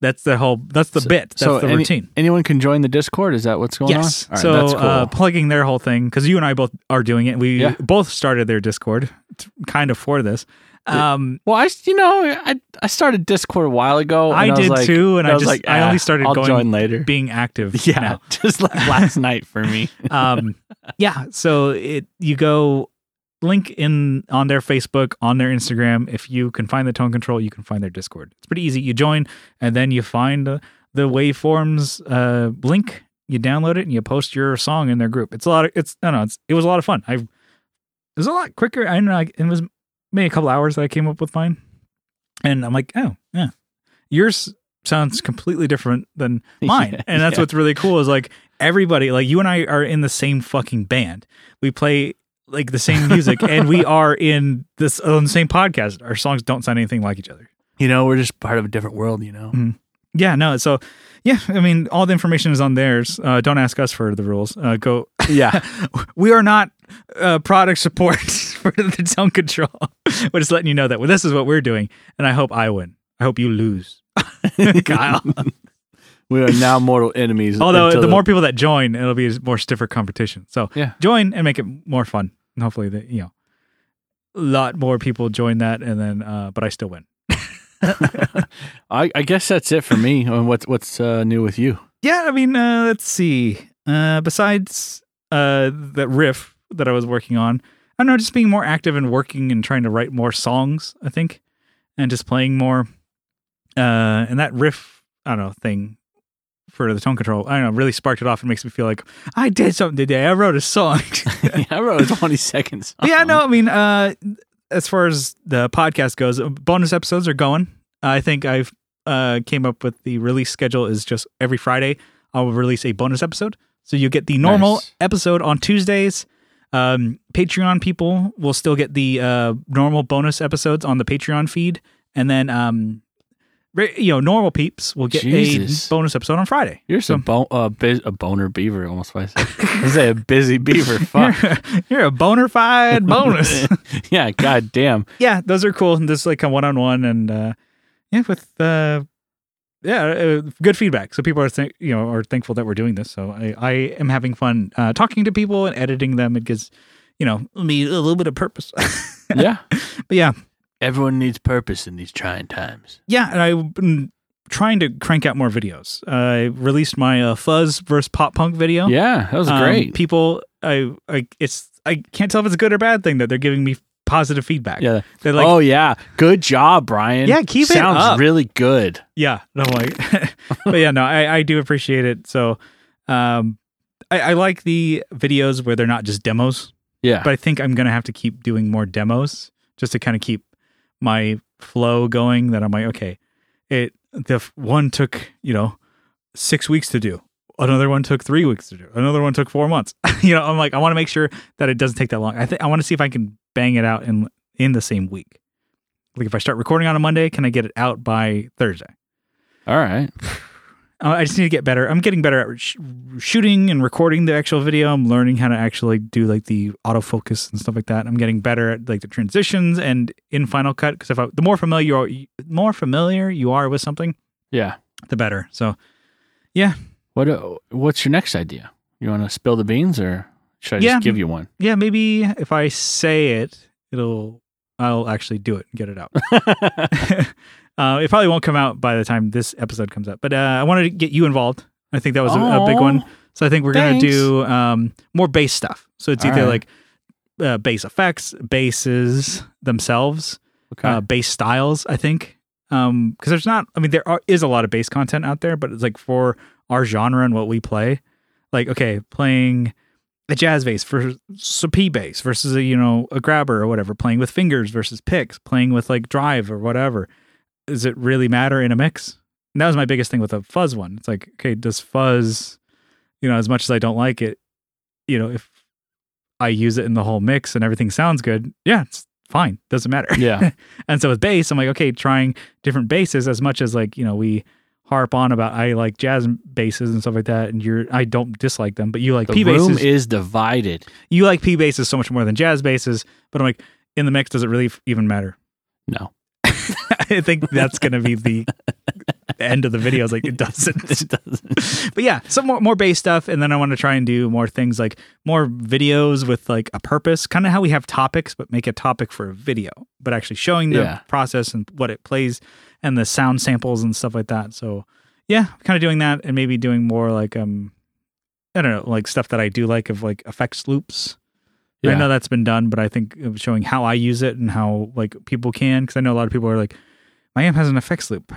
B: That's the whole. That's the bit. That's
A: so
B: the
A: any-
B: routine.
A: Anyone can join the Discord. Is that what's going
B: Yes.
A: on? All
B: so
A: right, that's cool.
B: uh, plugging their whole thing because you and I both are doing it. We
A: Yeah.
B: both started their Discord, t- kind of for this. Um,
A: well, I s- you know I I started Discord a while ago. and
B: I
A: was
B: did
A: like-
B: too, and I
A: was
B: just-
A: like,
B: I only
A: "Ah,
B: started
A: I'll
B: going
A: join later.
B: being active.
A: yeah,
B: now.
A: just like last night for me.
B: um yeah so it you go link in on their facebook on their instagram if you can find the tone control you can find their discord it's pretty easy you join and then you find uh, the waveforms uh link you download it and you post your song in their group it's a lot of it's no no it's it was a lot of fun i it was a lot quicker i don't know like, it was maybe a couple hours that i came up with mine and i'm like oh yeah yours sounds completely different than mine
A: Yeah,
B: and that's
A: yeah.
B: what's really cool is like everybody like you and i are in the same fucking band we play like the same music and we are in this on the same podcast our songs don't sound anything like each other
A: You know, we're just part of a different world. You know.
B: yeah no so yeah i mean all the information is on theirs uh, don't ask us for the rules uh, go
A: Yeah.
B: we are not uh, product support for the tone control we're just letting you know that well, this is what we're doing and i hope i win i hope you lose kyle
A: We are now mortal enemies.
B: Although
A: until
B: the more people that join, it'll be a more stiffer competition. So
A: Yeah.
B: join and make it more fun. And hopefully that you know a lot more people join that and then uh but I still win.
A: I, I guess that's it for me. And what's what's uh, new with you?
B: Yeah, I mean uh let's see. Uh besides uh that riff that I was working on, I don't know, just being more active and working and trying to write more songs, I think. And just playing more. Uh and that riff, I don't know, thing for the tone control, I don't know, really sparked it off and makes me feel like I did something today. I wrote a song.
A: yeah, I wrote a twenty seconds.
B: yeah, no, I mean, uh, as far as the podcast goes, uh, bonus episodes are going. I think I've uh, came up with the release schedule is just every Friday I'll release a bonus episode. So you get the normal
A: Nice.
B: episode on Tuesdays. Um, Patreon people will still get the uh, normal bonus episodes on the Patreon feed, and then um, re- you know normal peeps will get
A: Jesus.
B: a bonus episode on Friday.
A: You're so bo- uh, biz- a boner beaver. Almost what I said. I say a busy beaver. Fuck.
B: You're, you're a bona fide bonus.
A: yeah. God damn.
B: yeah, those are cool. And this is like a one on one, and uh, yeah, with uh, yeah, uh, good feedback. So people are think you know are thankful that we're doing this. So I, I am having fun uh, talking to people and editing them. It gives you know me a little bit of purpose. but
A: Yeah.
B: yeah,
A: Everyone needs purpose in these trying times.
B: yeah, and I've been trying to crank out more videos. I released my uh, fuzz versus pop punk video.
A: Yeah, that was
B: Um,
A: great.
B: People, I, I, it's I can't tell if it's a good or bad thing that they're giving me positive feedback.
A: Yeah.
B: they're like,
A: oh yeah, good job, Brian.
B: Yeah, keep it
A: Sounds
B: up.
A: really good.
B: Yeah. And I'm like, but yeah, no, I, I do appreciate it. So, um, I, I like the videos where they're not just demos,
A: Yeah,
B: but I think I'm going to have to keep doing more demos just to kind of keep my flow going that I'm like, okay, it, the f- one took, you know, six weeks to do. Another one took three weeks to do. Another one took four months. you know, I'm like, I want to make sure that it doesn't take that long. I think I want to see if I can bang it out in in the same week. Like if I start recording on a Monday, can I get it out by Thursday?
A: all right.
B: Uh, I just need to get better. I'm getting better at sh- shooting and recording the actual video. I'm learning how to actually do like the autofocus and stuff like that. I'm getting better at like the transitions and in Final Cut because if I, the more familiar you are, more familiar you are with something,
A: Yeah.
B: the better. So
A: What uh, What's your next idea? You want to spill the beans, or should I
B: Yeah.
A: just give you one?
B: yeah, maybe if I say it, it'll I'll actually do it and get it out. uh, it probably won't come out by the time this episode comes up, but uh, I wanted to get you involved. I think that was a, a big
A: Aw.
B: one. So I think we're
A: Thanks.
B: gonna do um, more bass stuff. So it's
A: All
B: either
A: right.
B: like uh, bass effects, basses themselves,
A: Okay.
B: uh, bass styles. I think because there's not. I mean, there are, is a lot of bass content out there, but it's like for our genre and what we play. Like okay, playing a jazz bass versus a P bass versus a you know a grabber or whatever. Playing with fingers versus picks. Playing with like drive or whatever. Does it really matter in a mix? And that was my biggest thing with the fuzz one. It's like okay, does fuzz you know, as much as I don't like it, you know, if I use it in the whole mix and everything sounds good, yeah, it's fine. Doesn't matter.
A: yeah.
B: And so with bass, I'm like, okay, trying different basses as much as like, you know, we harp on about I like jazz basses and stuff like that, and you're I don't dislike them, but you like
A: The
B: P
A: room
B: basses.
A: is divided.
B: you like P basses so much more than jazz basses, but I'm like, in the mix, does it really f- even matter?
A: No.
B: I think that's gonna be the end of the video. I was like, it doesn't.
A: it doesn't.
B: but yeah, some more, more bass stuff. And then I want to try and do more things like more videos with like a purpose, kind of how we have topics, but make a topic for a video, but actually showing the
A: Yeah.
B: process and what it plays and the sound samples and stuff like that. So yeah, kind of doing that and maybe doing more like, um, I don't know, like stuff that I do like of like effects loops. I know that's been done, but I think it was showing how I use it and how like people can, because I know a lot of people are like, my amp has an effects loop.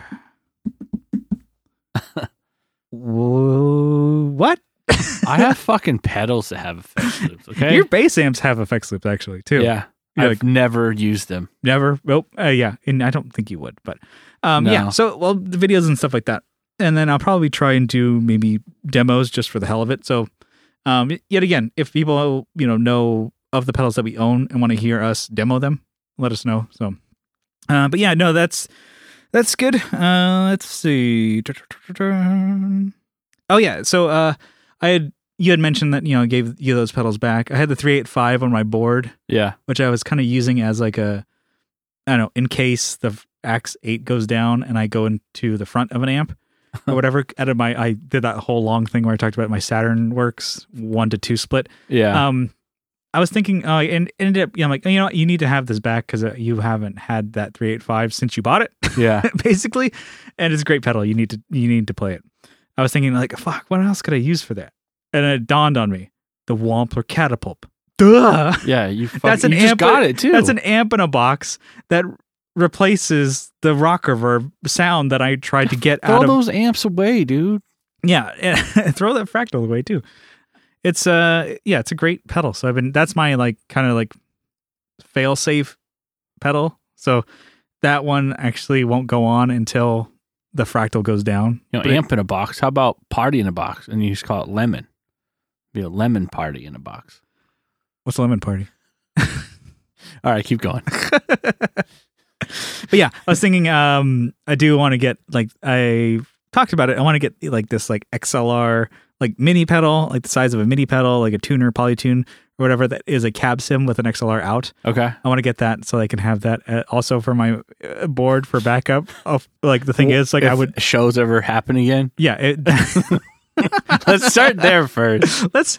B: Whoa, what?
A: I have fucking pedals that have effects loops. Okay.
B: Your bass amps have effects loops actually too.
A: yeah.
B: You're
A: I've never used them.
B: never. Well, uh, yeah, and I don't think you would, but um,
A: No.
B: yeah. So well, the videos and stuff like that, and then I'll probably try and do maybe demos just for the hell of it. So, um, yet again, if people you know know of the pedals that we own and want to hear us demo them, let us know. So, uh, but yeah, no, that's that's good. Uh, let's see. Oh yeah, so uh, I had you had mentioned that you know I gave you those pedals back. I had the three eight five on my board
A: Yeah.
B: which I was kind of using as like a, I don't know, in case the f- Axe Eight goes down and I go into the front of an amp or whatever. Out of my, I did that whole long thing where I talked about my Saturn works one to two split.
A: Yeah.
B: Um, I was thinking, oh, and it ended up, you know, I'm like, you know, what? you need to have this back because you haven't had that three eight five since you bought it.
A: yeah.
B: basically. And it's a great pedal. You need to you need to play it. I was thinking like, fuck, what else could I use for that? And it dawned on me, the Wampler Catapult. Duh.
A: Yeah. You fucking,
B: That's an
A: you just
B: amp-
A: got it too.
B: That's an amp in a box that replaces the rock reverb sound that I tried to get
A: Throw
B: out of.
A: those amps away, dude.
B: yeah, throw that fractal away too. It's uh yeah, it's a great pedal. So I've been that's my like kind of like fail safe pedal. So that one actually won't go on until the fractal goes down.
A: You know,
B: But it-
A: amp in a box. How about party in a box? And you just call it lemon. Be a lemon party in a box.
B: what's lemon party?
A: All right, keep going.
B: but yeah, I was thinking um I do want to get like I talked about it. I want to get like this like XLR like mini pedal, like the size of a mini pedal, like a tuner, polytune or whatever that is a cab sim with an XLR out.
A: Okay.
B: I want to get that so I can have that uh, also for my uh, board for backup. Of like the thing is like I
A: If
B: would
A: shows ever happen again.
B: yeah, it,
A: Let's start there first.
B: let's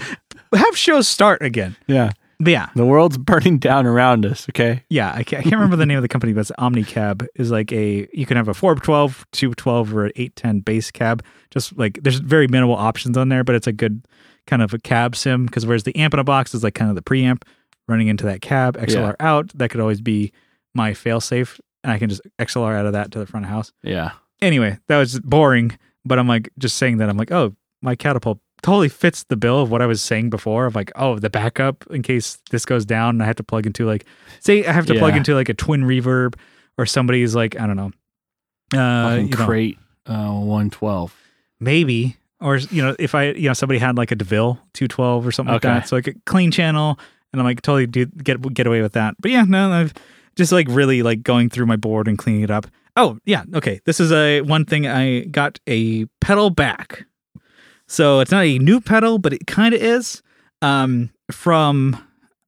B: have shows start again.
A: Yeah.
B: But yeah,
A: The world's burning down around us. Okay.
B: Yeah, I can't, I can't remember the name of the company, but it's OmniCab is like a you can have a 412, 212, or an 810 base cab. Just like there's very minimal options on there, but it's a good kind of a cab sim because whereas the amp in a box is like kind of the preamp running into that cab, XLR out, that could always be my failsafe, and I can just XLR out of that to the front of house.
A: Yeah.
B: Anyway, that was boring, but I'm like just saying that I'm like, oh, my catapult totally fits the bill of what I was saying before of like, oh, the backup in case this goes down and I have to plug into like say I have to plug
A: Yeah.
B: into like a twin reverb or somebody's like, I don't know. Uh
A: Fucking
B: you know,
A: crate uh, 112.
B: maybe or you know, if I you know somebody had like a DeVille 212 or something
A: Okay.
B: like that. So like a clean channel and I'm like totally do get get away with that. But yeah, no, I've just like really like going through my board and cleaning it up. Oh, yeah, okay. This is a one thing I got a pedal back. So it's not a new pedal, but it kind of is. Um, from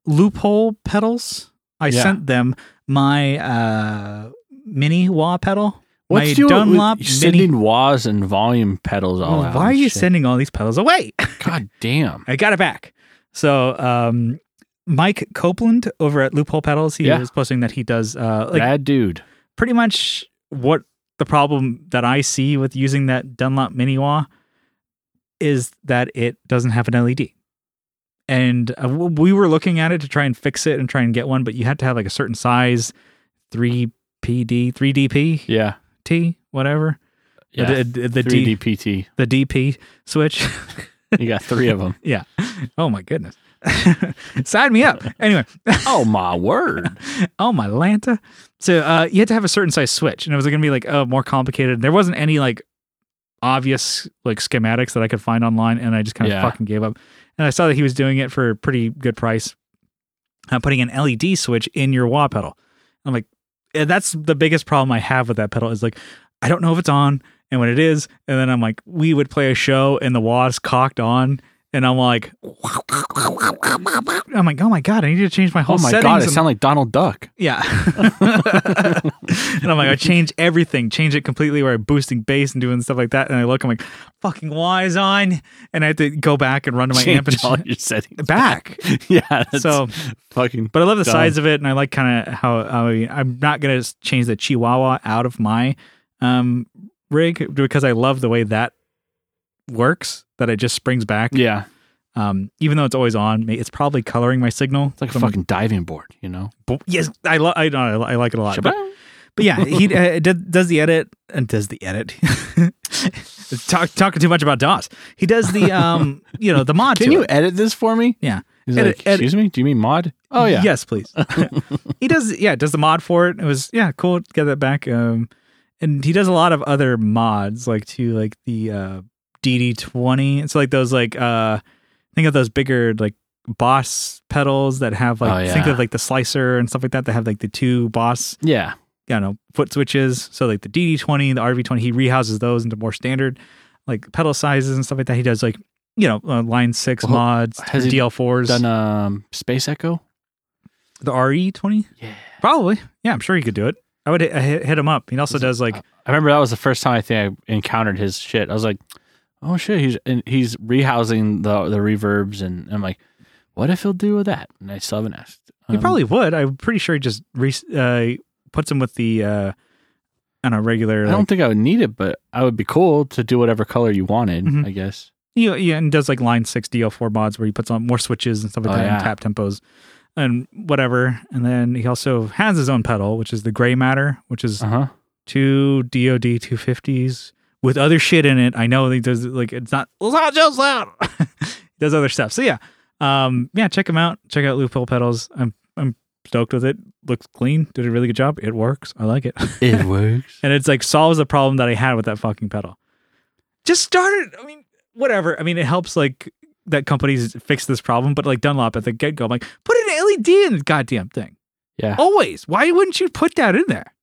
B: Loophole Pedals, I
A: Yeah.
B: sent them my uh mini wah pedal. my
A: your-
B: Dunlop
A: you're
B: mini.
A: sending wahs and volume pedals all
B: Well,
A: out.
B: why are
A: and
B: you
A: shit.
B: sending all these pedals away?
A: God damn.
B: I got it back. So, um, Mike Copeland over at Loophole Pedals, he
A: Yeah.
B: was posting that he does uh, like
A: Bad dude.
B: pretty much what the problem that I see with using that Dunlop Mini Wah is that it doesn't have an LED. And uh, w- we were looking at it to try and fix it and try and get one, but you had to have like a certain size, three PD, three DP,
A: Yeah.
B: T, whatever.
A: Yeah.
B: The, the, the, D,
A: 3DPT.
B: the DP switch.
A: You got three of them.
B: yeah. Oh my goodness. Sign me up. Anyway,
A: oh, my word.
B: oh my lanta so uh you had to have a certain size switch and it was gonna be like oh more complicated there wasn't any like obvious like schematics that i could find online and i just kind of
A: Yeah.
B: fucking gave up and i saw that he was doing it for a pretty good price uh, putting an led switch in your wah pedal i'm like eh, that's the biggest problem i have with that pedal is like i don't know if it's on and when it is and then i'm like we would play a show and the wah is cocked on and I'm like, I'm like, oh my god, I need to change my whole
A: oh my
B: settings.
A: god, it
B: and-
A: sounds like Donald Duck.
B: yeah. and I'm like, I change everything, change it completely where I'm boosting bass and doing stuff like that. And I look, I'm like, fucking wires on, and I have to go back and run to my amp and
A: Change all
B: sh-
A: your settings.
B: back.
A: yeah, that's
B: so,
A: fucking.
B: but I love the
A: Dumb.
B: size of it, and I like kind of how I mean, I'm not gonna s- change the Chihuahua out of my um rig because I love the way that works. That it just springs back.
A: Yeah,
B: Um, even though it's always on, ma- it's probably coloring my signal.
A: it's like a
B: from-
A: fucking diving board, you know.
B: bo- Yes, I lo- I, I, I like it a lot. But,
A: Shabang.
B: but yeah, he uh, did, does the edit and does the edit. Talk, talking too much about DOS. He does the um, you know, the mod.
A: Can
B: to
A: you
B: it.
A: edit this for me?
B: Yeah.
A: He's
B: Edit-
A: like,
B: edit.
A: excuse me. Do you mean mod? Oh yeah.
B: Yes, please. he does. Yeah, does the mod for it. It was yeah, cool. to Get that back. Um, and he does a lot of other mods like to like the uh DD twenty. So like those like uh, think of those bigger like boss pedals that have like
A: Oh,
B: think
A: yeah.
B: of like the slicer and stuff like that that have like the two boss
A: Yeah.
B: you know foot switches. So like the DD twenty, the RV twenty, he rehouses those into more standard like pedal sizes and stuff like that. He does like you know uh, line six
A: Well,
B: mods,
A: has he
B: DL fours,
A: Done um space echo.
B: the RE twenty.
A: Yeah.
B: Probably. Yeah, I'm sure he could do it. I would hit, hit, hit him up. He also does like,
A: I remember that was the first time I think I encountered his shit. I was like, oh shit, he's and he's rehousing the the reverbs, and I'm like, what if he'll do with that? And I still haven't asked.
B: he
A: Um,
B: probably would. I'm pretty sure he just re- uh, puts him with the, uh, on a regular,
A: I
B: like,
A: don't think I would need it, but I would be cool to do whatever color you wanted.
B: Mhm.
A: I guess.
B: yeah, yeah, and does like line six DL4 mods where he puts on more switches and stuff like
A: Oh,
B: that and
A: yeah.
B: tap tempos and whatever. And then he also has his own pedal, which is the gray matter, which is
A: Uh huh.
B: two DOD 250s with other shit in it. I know he does like it's not it's not just loud. he does other stuff. So yeah. Um yeah, check him out. Check out Loophole Pedals. I'm I'm stoked with it. Looks clean. Did a really good job. It works. I like it.
A: It works.
B: and it's like solves the problem that I had with that fucking pedal. Just started. I mean, whatever. I mean, it helps like that companies fix this problem, but like Dunlop at the get go, I'm like, put an LED in the goddamn thing.
A: Yeah.
B: Always. Why wouldn't you put that in there?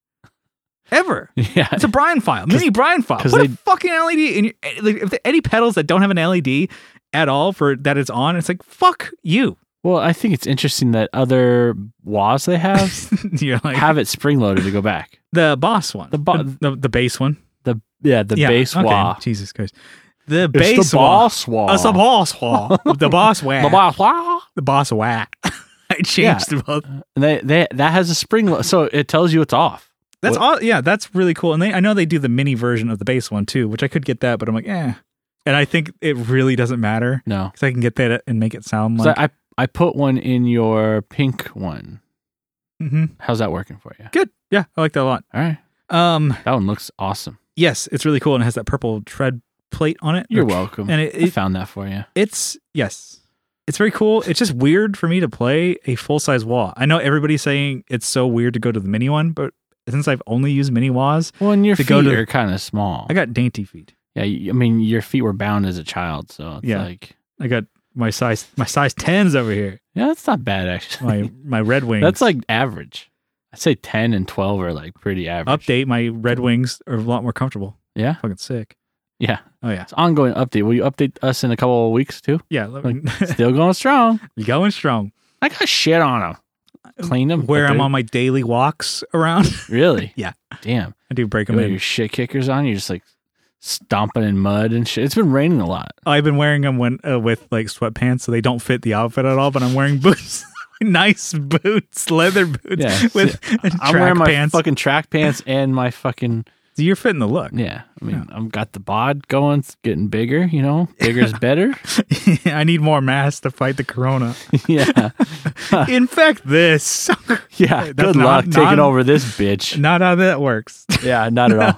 B: Ever.
A: Yeah.
B: It's a Brian file, mini Brian file.
A: 'cause
B: Put a
A: they-
B: fucking LED in your, eh, like, if there any pedals that don't have an LED at all for that it's on, it's like fuck you.
A: Well, I think it's interesting that other wahs they have
B: You're like
A: have it spring loaded to go back.
B: the boss one, Uh,
A: The bo-
B: the, the, bass one,
A: The yeah, the
B: Yeah,
A: bass
B: okay.
A: wah.
B: Jesus Christ, the
A: It's
B: bass
A: Oh, the
B: wah. Uh,
A: boss wah.
B: It's the boss wah. the boss wah.
A: The boss wah.
B: The boss wah. I changed them both.
A: And they, they that has a spring, lo- so it tells you it's off.
B: That's all. Yeah, that's really cool. And they, I know they do the mini version of the bass one too, which I could get that, but I'm like, eh. And I think it really doesn't matter
A: No,
B: because I can get that and make it sound
A: So
B: like.
A: I I put one in your pink one.
B: Mhm.
A: How's that working for you?
B: Good. Yeah, I like that a lot.
A: All right,
B: Um,
A: that one looks awesome.
B: yes, it's really cool and it has that purple tread plate on it.
A: You're welcome.
B: And it,
A: I
B: it
A: found that for you.
B: it's yes. It's very cool. It's just weird for me to play a full size wah. I know everybody's saying it's so weird to go to the mini one, but since I've only used mini wahs,
A: Well, and your
B: To
A: feet
B: go to-
A: are kind of small.
B: I got dainty feet.
A: yeah, you- I mean your feet were bound as a child, so it's
B: Yeah.
A: like
B: I got my size my size tens over here.
A: yeah, that's not bad actually.
B: My my red wings.
A: that's like average. I'd say ten and twelve are like pretty average.
B: update. My red wings are a lot more comfortable.
A: Yeah,
B: Fucking sick.
A: yeah.
B: Oh yeah,
A: It's ongoing update. Will you update us in a couple of weeks too?
B: yeah. Let me,
A: Still going strong.
B: you going strong.
A: I got shit on them. Clean them.
B: Where I'm on my daily walks around,
A: Really?
B: Yeah.
A: Damn.
B: I do break
A: You
B: them
A: got
B: in.
A: your shit kickers on. You're just like stomping in mud and shit. It's been raining a lot.
B: I've been wearing them when uh, with like sweatpants, so they don't fit the outfit at all. But I'm wearing boots, nice boots, leather boots
A: Yeah,
B: with and
A: I'm
B: track
A: wearing my
B: pants.
A: fucking track pants and my fucking
B: So You're fitting the look.
A: yeah. I mean, i have got the bod going, it's getting bigger. You know, bigger is better.
B: I need more masks to fight the corona.
A: yeah,
B: Infect this.
A: yeah.
B: That's
A: Good
B: not-
A: luck
B: not-
A: taking over this bitch.
B: Not how that works.
A: Yeah, not at all.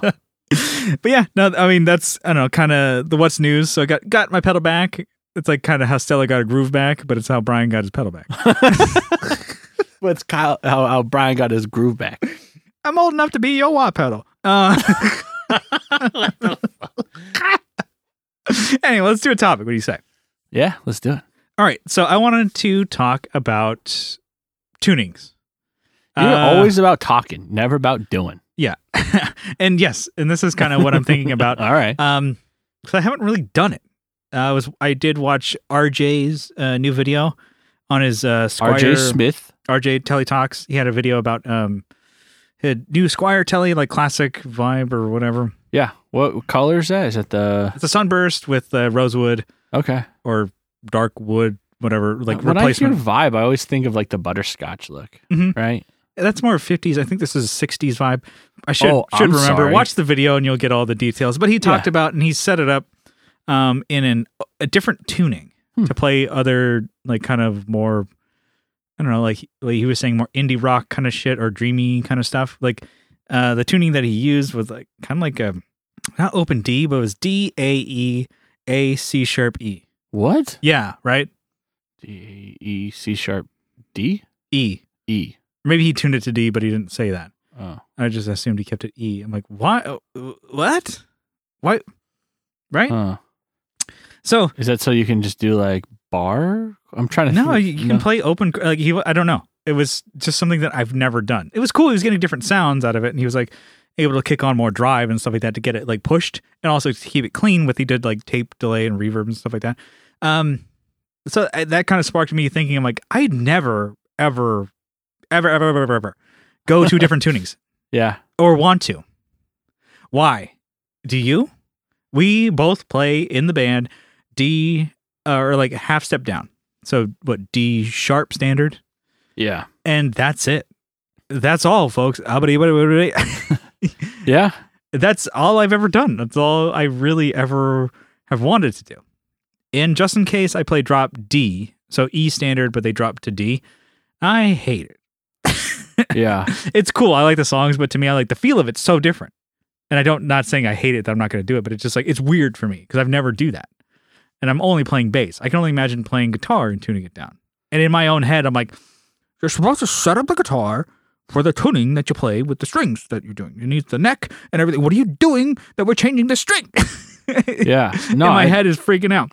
B: But yeah, no, I mean that's I don't know, kind of the what's news. So I got got my pedal back. It's like kind of how Stella got her groove back, but it's how Brian got his pedal back.
A: But it's Kyle, how, how Brian got his groove back.
B: I'm old enough to be your wah pedal. Uh, anyway, let's do a topic. What do you say?
A: Yeah, let's do it.
B: All right. So I wanted to talk about tunings.
A: You're
B: Uh,
A: always about talking, never about doing.
B: yeah, and yes, and this is kind of what I'm thinking about.
A: All right.
B: Um, because I haven't really done it. I was I did watch RJ's uh, new video on his uh, Squire
A: RJ Smith.
B: RJ Telly Talks. He had a video about um his new Squire Telly, like classic vibe or whatever.
A: Yeah. What color is that? Is it the
B: It's a sunburst with uh, rosewood
A: okay?
B: or dark wood, whatever, like
A: when
B: replacement.
A: I hear vibe, I always think of like the butterscotch look,
B: Mhm.
A: right?
B: That's more 50s. I think this is 60s vibe. I should
A: Oh,
B: should
A: I'm
B: remember.
A: sorry.
B: Watch the video and you'll get all the details. But he talked
A: Yeah.
B: about and he set it up um in an a different tuning
A: Hmm.
B: to play other like kind of more I don't know, like, like he was saying more indie rock kind of shit or dreamy kind of stuff. Like uh the tuning that he used was like kind of like a not open D, but it was D A E A C sharp E.
A: What?
B: Yeah, right?
A: D E C sharp D
B: E.
A: E.
B: Maybe he tuned it to D, but he didn't say that.
A: Oh,
B: I just assumed he kept it E. I'm like, why? uh, What? What? Right?
A: huh.
B: So
A: is that so you can just do like bar? I'm trying to.
B: no,
A: think.
B: you, you can play open. Like he, I don't know. It was just something that I've never done. It was cool. He was getting different sounds out of it, and he was like able to kick on more drive and stuff like that to get it like pushed, and also to keep it clean. With he did like tape delay and reverb and stuff like that. Um, so I, that kind of sparked me thinking. I'm like, I'd never, ever, ever, ever, ever, ever, ever go to different tunings.
A: Yeah.
B: or want to. Why? Do you? We both play in the band D uh, or like a half step down. So what D sharp standard,
A: Yeah.
B: and that's it. That's all, folks. Ah,
A: Yeah.
B: that's all I've ever done. That's all I really ever have wanted to do. And just in case, I play drop D, so E standard, but they drop to D. I hate it.
A: Yeah.
B: it's cool. I like the songs, but to me, I like the feel of it. It's so different. And I don't not saying I hate it that I'm not going to do it, but it's just like it's weird for me because I've never do that. And I'm only playing bass. I can only imagine playing guitar and tuning it down. And in my own head, I'm like, you're supposed to set up the guitar for the tuning that you play with the strings that you're doing. You need the neck and everything. What are you doing that we're changing the string?
A: Yeah. No.
B: and my
A: I-
B: head is freaking out.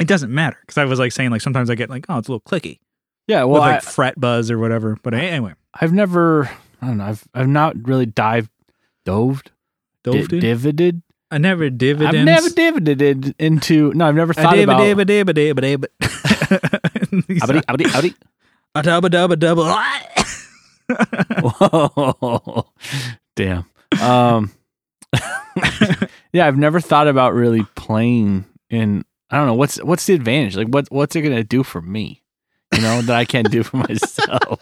B: It doesn't matter because I was like saying like sometimes I get like oh it's a little clicky
A: yeah.
B: with
A: Well,
B: like
A: I,
B: fret buzz or whatever. But anyway,
A: I've never. I don't know. I've I've not really dived, doved,
B: dove,
A: di-
B: dude.
A: divided.
B: I never dividends.
A: I've never divided into. No, I've never thought
B: a
A: about.
B: dibba dibba dibba dibba dibba.
A: Abadi, abadi, abadi.
B: A dubba dubba dubba.
A: Whoa. Damn. Um, yeah, I've never thought about really playing in. I don't know what's what's the advantage. Like, what what's it gonna do for me? You know that I can't do for myself.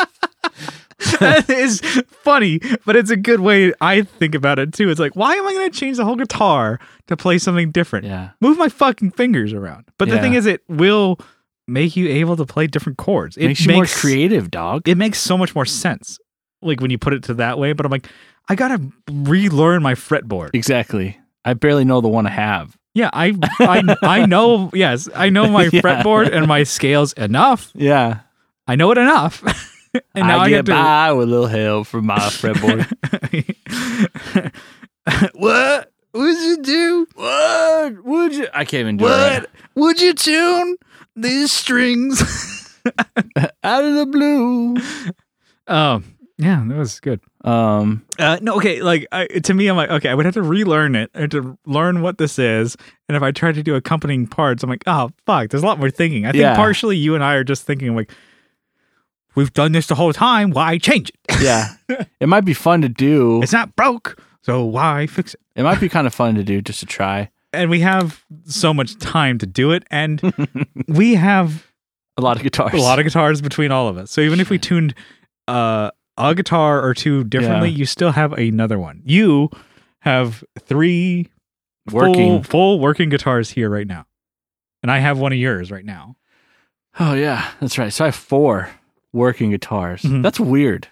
B: that is funny, but it's a good way I think about it too. It's like, why am I going to change the whole guitar to play something different?
A: Yeah,
B: Move my fucking fingers around. But the
A: Yeah.
B: thing is, it will make you able to play different chords. It
A: makes you more creative, dog.
B: it makes so much more sense, like when you put it to that way. But I'm like, I gotta relearn my fretboard.
A: exactly. I barely know the one I have.
B: Yeah, I, I, I know. Yes, I know my
A: Yeah.
B: fretboard and my scales enough.
A: Yeah,
B: I know it enough. and now I,
A: I get
B: have
A: by with a little help from my fretboard.
B: to. what would you do?
A: what would you? I can't even do
B: What
A: it.
B: would you tune these strings?
A: Out of the blue.
B: um, yeah, that was good.
A: Um.
B: Uh, no, okay. Like I, to me, I'm like, okay, I would have to relearn it. I have to learn what this is, and if I try to do accompanying parts, I'm like, oh fuck, there's a lot more thinking. I think
A: Yeah.
B: partially you and I are just thinking like, we've done this the whole time. Why change it?
A: Yeah, it might be fun to do.
B: It's not broke, so why fix it?
A: It might be kind of fun to do just to try.
B: And we have so much time to do it, and we have
A: A lot of guitars.
B: a lot of guitars between all of us. So even if we tuned uh, a guitar or two differently, you still have another one. You have three full,
A: working.
B: full working guitars here right now, and I have one of yours right now.
A: Oh yeah, that's right. So I have four working guitars.
B: Mhm.
A: That's weird.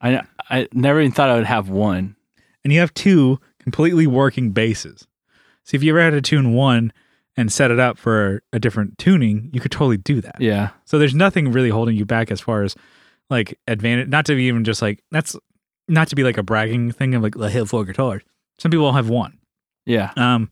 A: I I never even thought I would have one.
B: and you have two completely working basses. So if you ever had to tune one and set it up for a different tuning, you could totally do that.
A: Yeah.
B: So there's nothing really holding you back as far as like advantage. Not to be even just like that's not to be like a bragging thing of like I have four guitars. Some people have one.
A: Yeah.
B: Um,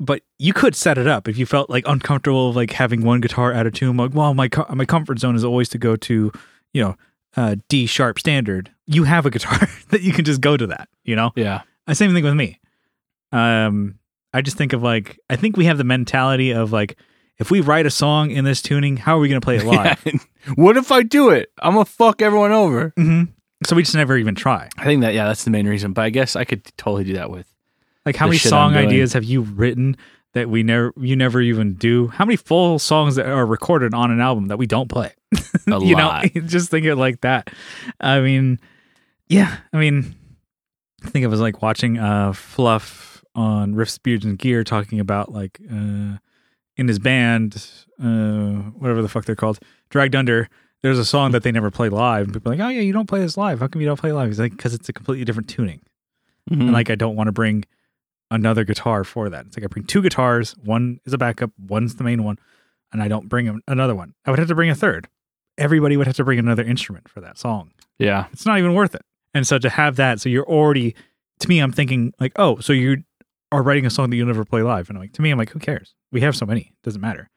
B: but you could set it up if you felt like uncomfortable, like having one guitar out of tune. Like, well, my co- my comfort zone is always to go to, you know, uh, D sharp standard. You have a guitar that you can just go to that. You know,
A: Yeah.
B: uh, same thing with me. Um, I I just think of like I think we have the mentality of like if we write a song in this tuning, how are we going to play it live?
A: what if I do it? I'm gonna fuck everyone over.
B: hmm So we just never even try.
A: I think that yeah, that's the main reason. But I guess I could totally do that with.
B: Like how
A: The
B: many
A: shit
B: song
A: I'm doing.
B: ideas have you written that we never you never even do? How many full songs that are recorded on an album that we don't play?
A: A
B: you
A: lot.
B: know, just think it like that. I mean, yeah, I mean, I think it was like watching uh Fluff on Riffs, Beards, and Gear talking about like uh in his band, uh whatever the fuck they're called, Dragged Under. There's a song that they never play live. and People are like, oh yeah, you don't play this live. How come you don't play live? He's like, because it's a completely different tuning
A: Mm-hmm. Hmm.
B: and like I don't want to bring another guitar for that. It's like I bring two guitars, one is a backup, one's the main one, and I don't bring an- another one. I would have to bring a third. Everybody would have to bring another instrument for that song.
A: yeah,
B: It's not even worth it. And so to have that, so you're already to me, I'm thinking like, oh, so you are writing a song that you'll never play live, and I'm like, to me, I'm like, who cares? We have so many, it doesn't matter.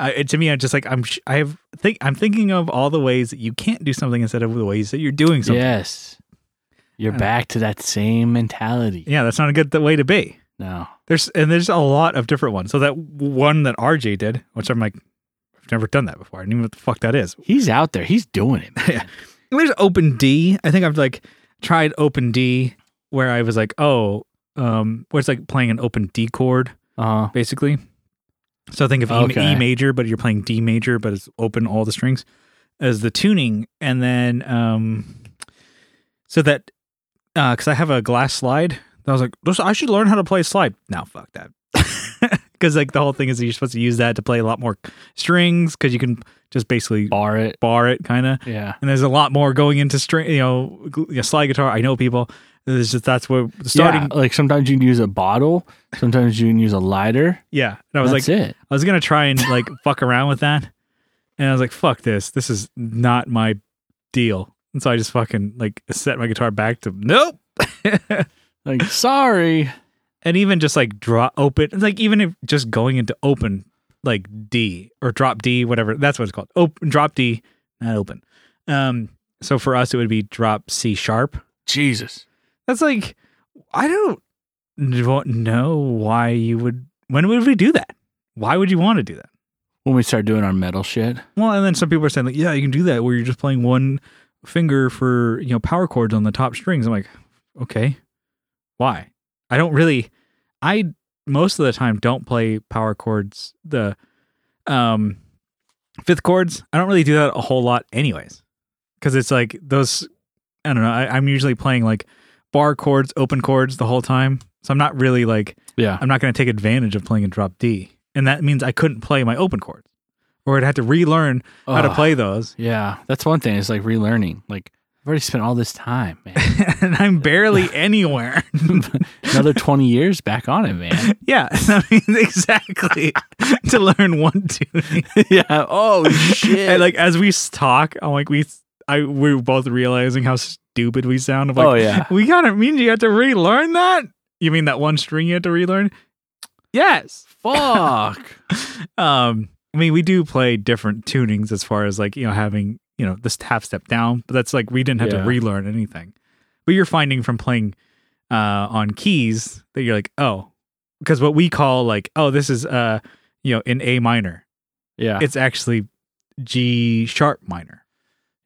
B: I, it- to me, I'm just like I'm. sh- I have think I'm thinking of all the ways that you can't do something instead of the ways that you're doing something.
A: yes. You're
B: I don't-
A: back to that same mentality.
B: yeah that's not a good th- way to be.
A: No,
B: There's and there's a lot of different ones. So that one that RJ did, which I'm like, I've never done that before. I didn't even know what the fuck that is.
A: he's out there. He's doing it. man.
B: And there's Open D. I think I've like tried Open D where I was like, oh, um, where it's like playing an open D chord
A: Uh-huh.
B: basically. So think of E-
A: Okay.
B: e major, but you're playing D major, but it's open all the strings as the tuning, and then um, so that because I have a glass slide, and I was like, "This- I should learn how to play slide. Now, fuck that, because like the whole thing is you're supposed to use that to play a lot more strings because you can just basically
A: bar it.
B: bar it kind of
A: Yeah,
B: and there's a lot more going into string you know gl- you know, slide guitar i know people there's just that's where starting
A: Yeah, like sometimes you can use a bottle. Sometimes you can use a lighter.
B: yeah. and i was like
A: That's it.
B: I was gonna try and like fuck around with that, and I was like, "Fuck this! This is not my deal." And so I just fucking like set my guitar back to nope,
A: Like sorry.
B: and even just like draw open. It's like even if just going into open like D or drop D, whatever that's what it's called. Open drop D, not open. Um, so for us it would be drop C sharp.
A: Jesus.
B: That's like I don't kn- know why you would. When would we do that? Why would you want to do that?
A: When we start doing our metal shit.
B: Well, and then some people are saying like, yeah, you can do that where you're just playing one finger for you know power chords on the top strings. I'm like, okay, why? I don't really. I most of the time don't play power chords. The um fifth chords. I don't really do that a whole lot, anyways, because it's like those. I don't know. I, I'm usually playing like bar chords, open chords the whole time, so I'm not really like
A: Yeah.
B: I'm not going to take advantage of playing a drop D, and that means I couldn't play my open chords, or I'd have to relearn how to
A: Ugh.
B: play those.
A: Yeah, that's one thing. It's like relearning. Like I've already spent all this time, man.
B: and I'm barely anywhere.
A: Another twenty years back on it, man.
B: yeah, I mean, exactly. to learn one tuning.
A: yeah. Oh shit.
B: And like as we s- talk, I'm like we, I we're both realizing how stupid we sound. Of like,
A: oh yeah.
B: we gotta mean you have to relearn that. You mean that one string you had to relearn? Yes.
A: Fuck.
B: um i mean we do play different tunings as far as like you know having you know this half step down but that's like we didn't have
A: Yeah.
B: to relearn anything but you're finding from playing uh on keys that you're like oh because what we call like oh this is uh you know in a minor
A: yeah.
B: it's actually g sharp minor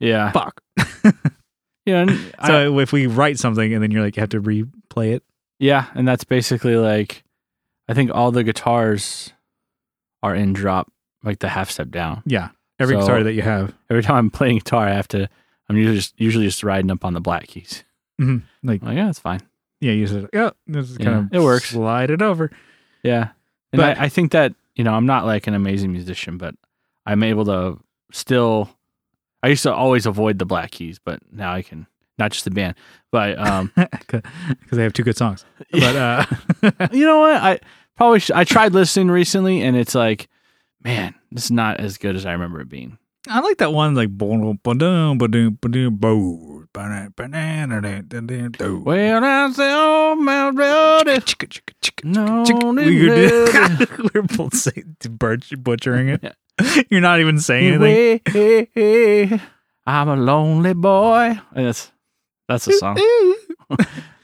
A: yeah.
B: fuck
A: Yeah. and I-
B: so if we write something and then you're like you have to replay it
A: yeah, and that's basically like, I think all the guitars are in drop, like the half step down.
B: yeah every
A: So-
B: guitar that you have
A: Every time I'm playing guitar, I have to. I'm usually just usually just riding up on the black keys.
B: Mhm.
A: I'm
B: Like-
A: Mm-hmm. like yeah, that's fine.
B: yeah you said yeah this is
A: Yeah,
B: kind of
A: it works.
B: slide it over
A: Yeah. And
B: But-
A: I, I think that, you know, I'm not like an amazing musician, but I'm able to still I used to always avoid the black keys, but now I can not just the band. But um
B: because they have two good songs but uh
A: you know what? I probably sh- I tried listening recently and it's like, man, this is not as good as I remember it being.
B: I like that one like boom boom boom boom boom boom banana banana banana boom.
A: Well, I say on my road. No,
B: We could do- We're both saying, butch- butchering it. You're not even saying anything.
A: Anyway, I'm a lonely boy. That's that's a song.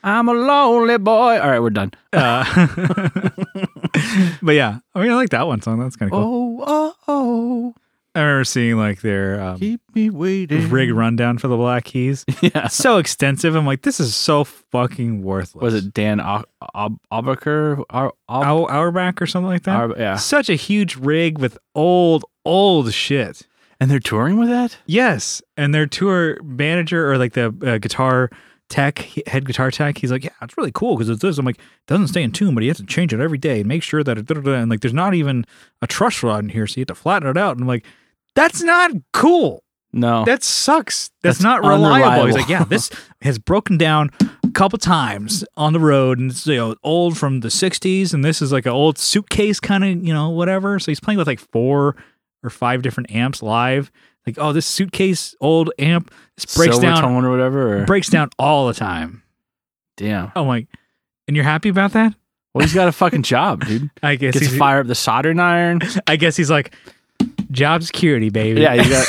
A: I'm a lonely boy. All right, we're done.
B: Uh, but yeah, I mean, I like that one song. That's kind of cool.
A: Oh, oh, oh.
B: I remember seeing like their um,
A: Keep me waiting.
B: rig rundown for the Black Keys.
A: Yeah.
B: so extensive. I'm like, this is so fucking worthless.
A: Was it Dan Au- Au- Aubacher? Au- Au-
B: Hour, back or something like that?
A: Au- yeah.
B: Such a huge rig with old, old shit.
A: And they're touring with that?
B: Yes. And their tour manager or like the uh, guitar tech, he- head guitar tech, he's like, yeah, it's really cool because it's this. I'm like, it doesn't stay in tune, but you have to change it every day and make sure that it, da-da-da." and like, there's not even a truss rod in here. So you have to flatten it out. And I'm like, that's not cool.
A: No.
B: That sucks. That's,
A: Oh. That's
B: not reliable. He's
A: unreliable.
B: like, yeah, this has broken down a couple times on the road, and it's you know old from the '60s, and this is like an old suitcase kind of you know whatever. So he's playing with like four or five different amps live. Like, oh, this suitcase old amp this breaks
A: Silver
B: down,
A: tone or whatever. Or,
B: breaks down all the time.
A: damn.
B: I'm like, and you're happy about that?
A: Well, he's got a fucking job, dude.
B: I guess
A: Gets
B: he's,
A: to fire up the soldering iron.
B: I guess he's like, job security, baby.
A: Yeah, he's got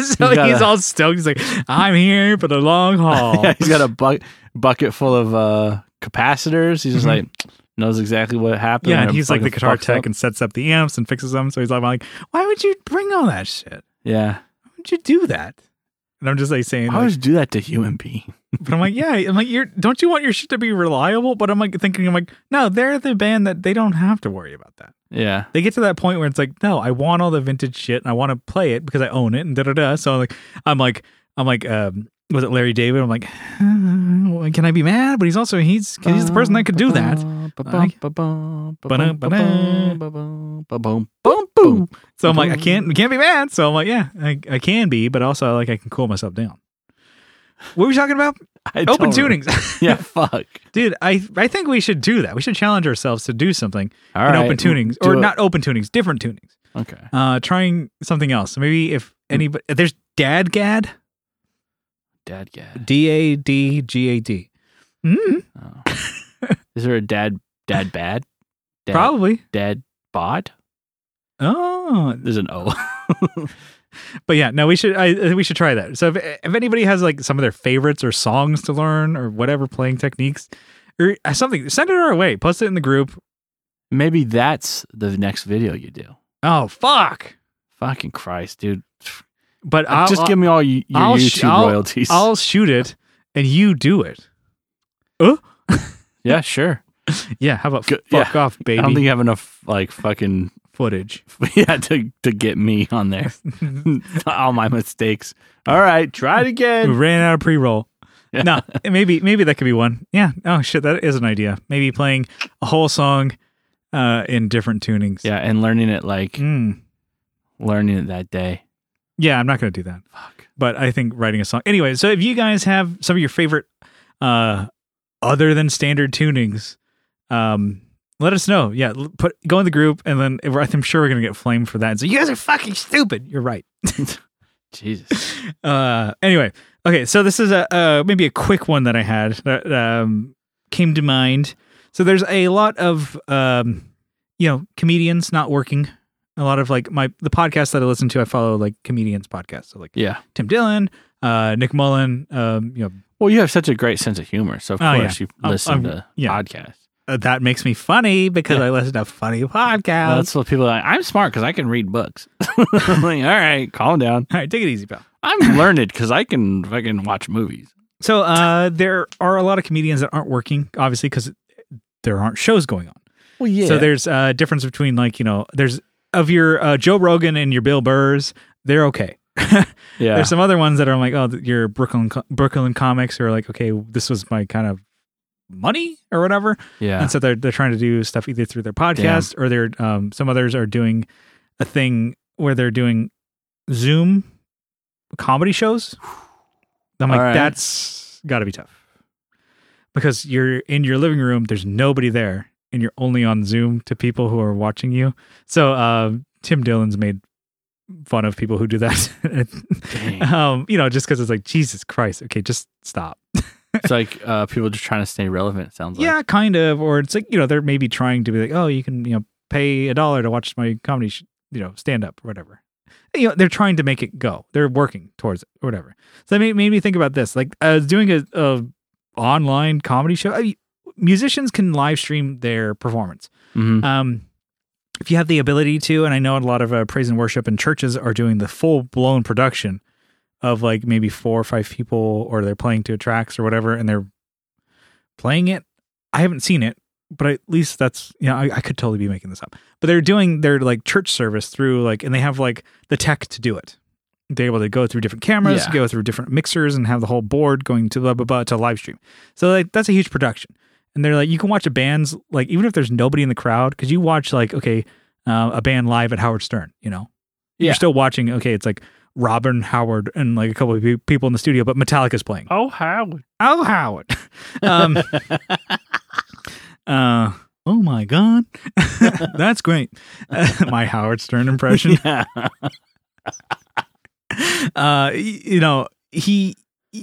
B: so
A: he's got
B: he's
A: a-
B: all stoked. He's like, I'm here for the long haul.
A: yeah, he's got a bu- bucket full of uh, capacitors. He's just
B: Mhm.
A: like knows exactly what happened.
B: Yeah,
A: when
B: and
A: it
B: he's like the
A: Uh, fucking
B: guitar
A: fucks
B: tech
A: up.
B: and sets up the amps and fixes them. So he's like, like, why would you bring all that shit?
A: yeah,
B: Why would you do that? And I'm just like saying,
A: I
B: like,
A: always do that to human being.
B: but I'm like, yeah, I'm like, you're don't you want your shit to be reliable? But I'm like thinking, I'm like, no, they're the band that they don't have to worry about that.
A: Yeah,
B: They get to that point where it's like, no, I want all the vintage shit and I want to play it because I own it and da da da. So I'm like, I'm like, I'm like, um, was it Larry David? I'm like, can I be mad? But he's also he's he's the person that could do that. Like-
A: Boom, boom.
B: So I'm like, I can't, I can't be mad. So I'm like, yeah, I, I can be, but also like I can cool myself down. What were we talking about?
A: I
B: Open
A: don't-
B: tunings,
A: Yeah, fuck.
B: dude. I I think we should do that. We should challenge ourselves to do something
A: All
B: in
A: right,
B: open tunings,
A: do
B: or
A: it.
B: not open tunings, different tunings.
A: Okay.
B: Uh, trying something else. Maybe if anybody, there's Dadgad,
A: Dad gad.
B: D A D G A D. Mm,
A: Oh. Is there a dad? Dad bad? Dad,
B: Probably.
A: Dad bod?
B: Oh,
A: There's an O.
B: But yeah, no, we should I, I- we should try that. So if, if anybody has like some of their favorites or songs to learn or whatever playing techniques or uh, something, send it our way. Post it in the group.
A: Maybe that's the next video you do.
B: Oh fuck!
A: Fucking Christ, dude.
B: But
A: Uh,
B: I'll,
A: just give me all you, your
B: I'll
A: YouTube
B: sh- I'll-
A: royalties.
B: I'll shoot it and you do it.
A: yeah, sure.
B: Yeah, how about
A: Good-
B: fuck off, baby?
A: I don't think you have enough like fucking
B: footage.
A: yeah to to get me on there. all my mistakes. All right, try it
B: We
A: again.
B: ran out of pre roll.
A: Yeah.
B: no, maybe maybe that could be one. Yeah. Oh shit, that is an idea. Maybe playing a whole song uh, in different tunings.
A: Yeah, and learning it like
B: Mm.
A: learning it that day.
B: Yeah, I'm not going to do that.
A: Fuck.
B: but I think writing a song. Anyway, so if you guys have some of your favorite uh other than standard tunings, um let us know. Yeah, l- put go in the group and then if- I'm sure we're going to get flamed for that. And say, you guys are fucking stupid. You're right.
A: Jesus.
B: Uh anyway, okay, so this is a uh maybe a quick one that I had that um came to mind. So there's a lot of um you know, comedians not working. A lot of like my the podcast that I listen to, I follow like comedians podcasts. So like
A: Yeah.
B: Tim Dillon, uh, Nick Mullen, um, you know,
A: Well, you have such a great sense of humor, so of
B: Oh, yeah.
A: course you
B: I'm-
A: listen
B: I'm-
A: to
B: yeah.
A: podcasts.
B: uh, that makes me funny because I listen to funny podcasts.
A: That's what people are like. I'm smart because I can read books. I'm like, all right, calm down.
B: All right, take it easy, pal.
A: I'm learned because I can fucking watch movies.
B: So uh, there are a lot of comedians that aren't working, obviously, because there aren't shows going on.
A: Well, yeah.
B: So there's a difference between like you know, there's of your uh, Joe Rogan and your Bill Burrs, they're okay.
A: yeah.
B: There's some other ones that are like, oh, th- your Brooklyn co- Brooklyn comics are like, okay, this was my kind of money or whatever.
A: yeah.
B: And so they're they're trying to do stuff either through their podcast or they're um some others are doing a thing where they're doing Zoom comedy shows. I'm like,
A: All right.
B: that's gotta be tough. Because you're in your living room, there's nobody there, and you're only on Zoom to people who are watching you. So uh, Tim Dillon's made fun of people who do that.
A: Dang.
B: um, you know, just because it's like, Jesus Christ, okay, just stop.
A: it's like uh, people just trying to stay relevant. It sounds like
B: Yeah, kind of. Or it's like you know they're maybe trying to be like, oh, you can you know pay a dollar to watch my comedy, sh- you know, stand up, or whatever. You know, they're trying to make it go. They're working towards it, or whatever. So that made, made me think about this, like uh, doing a, a online comedy show. I, musicians can live stream their performance.
A: Mhm.
B: Um, if you have the ability to, and I know a lot of uh, praise and worship and churches are doing the full blown production of like maybe four or five people, or they're playing to tracks or whatever, and they're playing it. I haven't seen it, but at least that's you know I, I could totally be making this up. But they're doing their like church service through like, and they have like the tech to do it. They're able to go through different cameras,
A: Yeah.
B: go through different mixers, and have the whole board going to blah blah blah to live stream. So like that's a huge production. And they're like, you can watch a band's like even if there's nobody in the crowd, because you watch like okay, uh, a band live at Howard Stern, you know,
A: Yeah.
B: you're still watching. Okay, it's like Robin Howard and like a couple of pe- people in the studio, but Metallica's playing.
C: Oh, Howard.
B: Oh Howard. um, uh, oh my God, that's great. my Howard Stern impression
A: Yeah.
B: uh, y- you know, he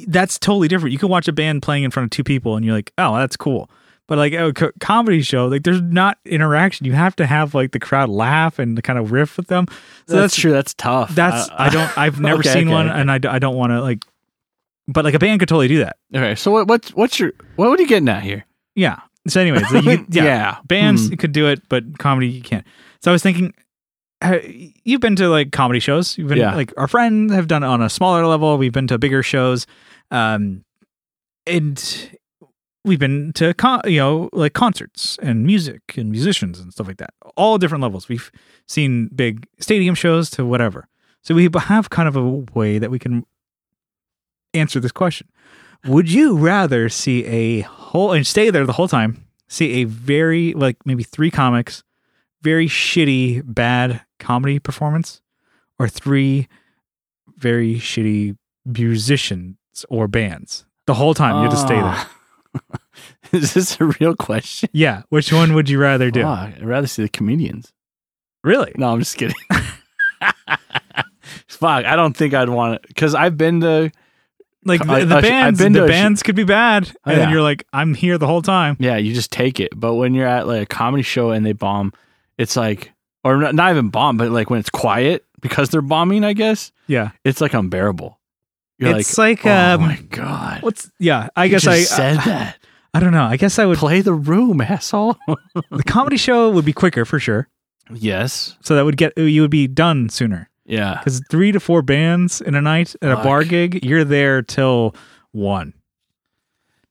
B: that's totally different. You can watch a band playing in front of two people and you're like, "Oh, that's cool." But like a co- comedy show, like there's not interaction. You have to have like the crowd laugh and kind of riff with them. So
A: that's
B: that's
A: true. That's tough.
B: that's
A: Uh,
B: I don't I've never
A: Okay,
B: seen
A: okay,
B: one
A: okay.
B: and I, d- I don't want to like but like a band could totally do that.
A: Okay, so what, what's what's your what what are you getting at here? Hmm.
B: Yeah. So anyways, you could, yeah. bands could do it, but comedy you can't. So I was thinking, uh, you've been to like comedy shows. You've been
A: Yeah.
B: like our friends have done it on a smaller level. We've been to bigger shows, um, and we've been to con- you know like concerts and music and musicians and stuff like that. All different levels. We've seen big stadium shows to whatever. So we have kind of a way that we can answer this question. Would you rather see a whole and stay there the whole time, see a very like maybe three comics, very shitty bad comedy performance, or three very shitty musicians or bands the whole time? You just stay there.
A: Ah. there. Is this a real question?
B: Yeah, which one would you rather do?
A: Fuck, I'd rather see the comedians.
B: Really?
A: No, I'm just kidding. Fuck, I don't think I'd want it because I've been to
B: Like the,
A: I-
B: the
A: I've
B: bands,
A: been to
B: the
A: a sh-
B: bands could be bad,
A: Oh,
B: and then
A: yeah.
B: you're like, I'm here the whole time.
A: yeah, you just take it. But when you're at like a comedy show and they bomb, it's like or not, not even bomb, but like when it's quiet because they're bombing, I guess
B: Yeah,
A: it's like unbearable. You're
B: it's
A: like,
B: like,
A: oh
B: um,
A: my god.
B: what's yeah? I
A: you
B: guess I
A: just said that.
B: I don't know. I guess I would.
A: Play the room, asshole.
B: The comedy show would be quicker for sure.
A: yes.
B: So that would get you would be done sooner
A: Yeah.
B: because three to four bands in a night at a bar
A: Fuck.
B: gig, you're there till one.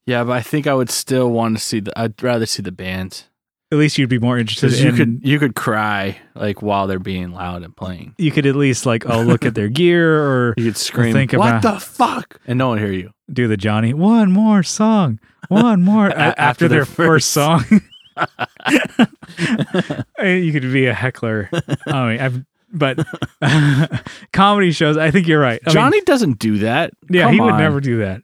A: Yeah, but I think I would still want to see the. I'd rather see the band
B: At least you'd be more interested.
A: because you
B: in-
A: could you could cry like while they're being loud and playing.
B: you could at least like oh look at their gear or
A: You could scream,
B: think
A: "What
B: about-
A: the fuck!" and no one hear you.
B: do the Johnny one more song, one more a- after,
A: after their
B: their first song. you could be a heckler. I mean, I've, but comedy shows. I think you're right. I mean,
A: Johnny doesn't do that.
B: Yeah,
A: Come
B: he would
A: on.
B: never do that.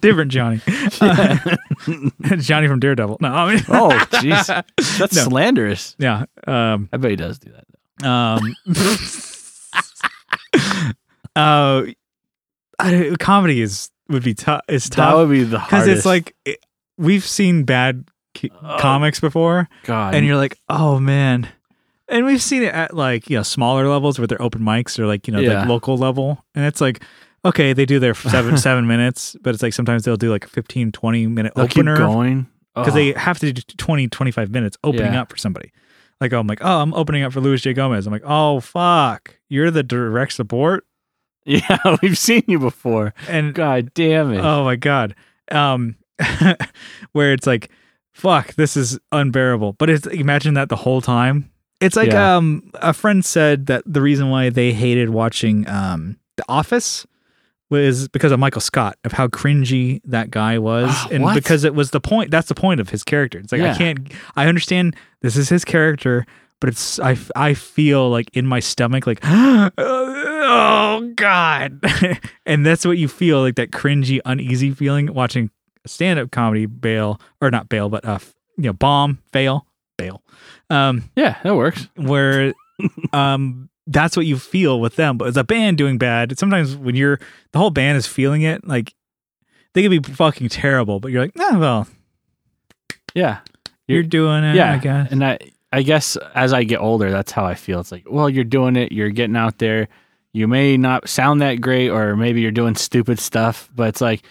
B: Different Johnny. Uh, Johnny from Daredevil. No, I mean,
A: Oh, jeez, that's
B: No.
A: slanderous.
B: yeah. Um,
A: I bet he does do that.
B: um, uh, I- comedy is would be tough. Is
A: That
B: tough
A: would be the
B: because
A: hardest.
B: it's like it, we've seen bad c-
A: Oh.
B: comics before,
A: God,
B: and you're like, oh man. And we've seen it at like you know smaller levels where they're open mics or like you know
A: Yeah.
B: like local level, and it's like okay they do their seven seven minutes, but it's like sometimes they'll do like a 15, 20 minute
A: They'll keep
B: opener
A: going
B: because
A: Oh,
B: they have to do 20, 25 minutes opening
A: Yeah.
B: up for somebody. Like oh, I'm like oh I'm opening up for Luis J Gomez. I'm like oh fuck you're the direct support
A: yeah, we've seen you before.
B: and
A: God damn it!
B: Oh my god. Um where it's like fuck this is unbearable. But it's imagine that the whole time. It's like
A: Yeah.
B: um a friend said that the reason why they hated watching um The Office was because of Michael Scott of how cringy that guy was
A: Ah,
B: and
A: what?
B: because it was the point that's the point of his character. It's like I
A: Yeah.
B: can't I understand this is his character but it's I, f- I feel like in my stomach like oh god and that's what you feel like that cringy uneasy feeling watching stand-up comedy bail or not bail but uh f- you know bomb fail bail um
A: yeah, that works.
B: where um that's what you feel with them but as a band doing bad sometimes when you're the whole band is feeling it like they could be fucking terrible but you're like oh well
A: Yeah,
B: you're,
A: You're-
B: doing it
A: yeah,
B: i guess
A: And I, I guess as I get older, that's how I feel. It's like, well, you're doing it. You're getting out there. You may not sound that great, or maybe you're doing stupid stuff, but it's like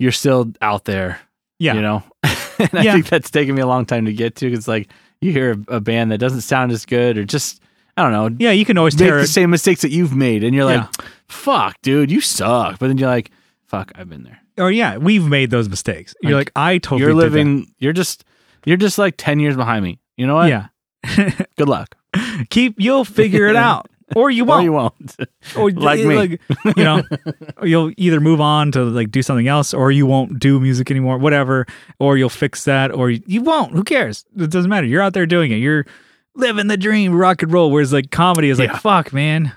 A: you're still out there.
B: Yeah.
A: you know and i
B: Yeah.
A: think that's taken me a long time to get to 'cause it's like you hear a, a band that doesn't sound as good or just i don't know
B: Yeah, you can always
A: make
B: tear
A: the
B: it.
A: same mistakes that you've made and you're like fuck dude you suck but then you're like fuck i've been there
B: Or yeah, we've made those mistakes. You're
A: Like,
B: like, I totally.
A: you're
B: did that.
A: living you're just you're just like 10 years behind me you know what
B: Yeah,
A: good luck
B: keep. You'll figure it out, or you
A: well or
B: won't.
A: you won't
B: or
A: Like
B: y-
A: me.
B: like, you know you'll either move on to like do something else or you won't do music anymore whatever or you'll fix that or you, you won't who cares it doesn't matter you're out there doing it you're living the dream rock and roll whereas like comedy is like
A: Yeah.
B: fuck man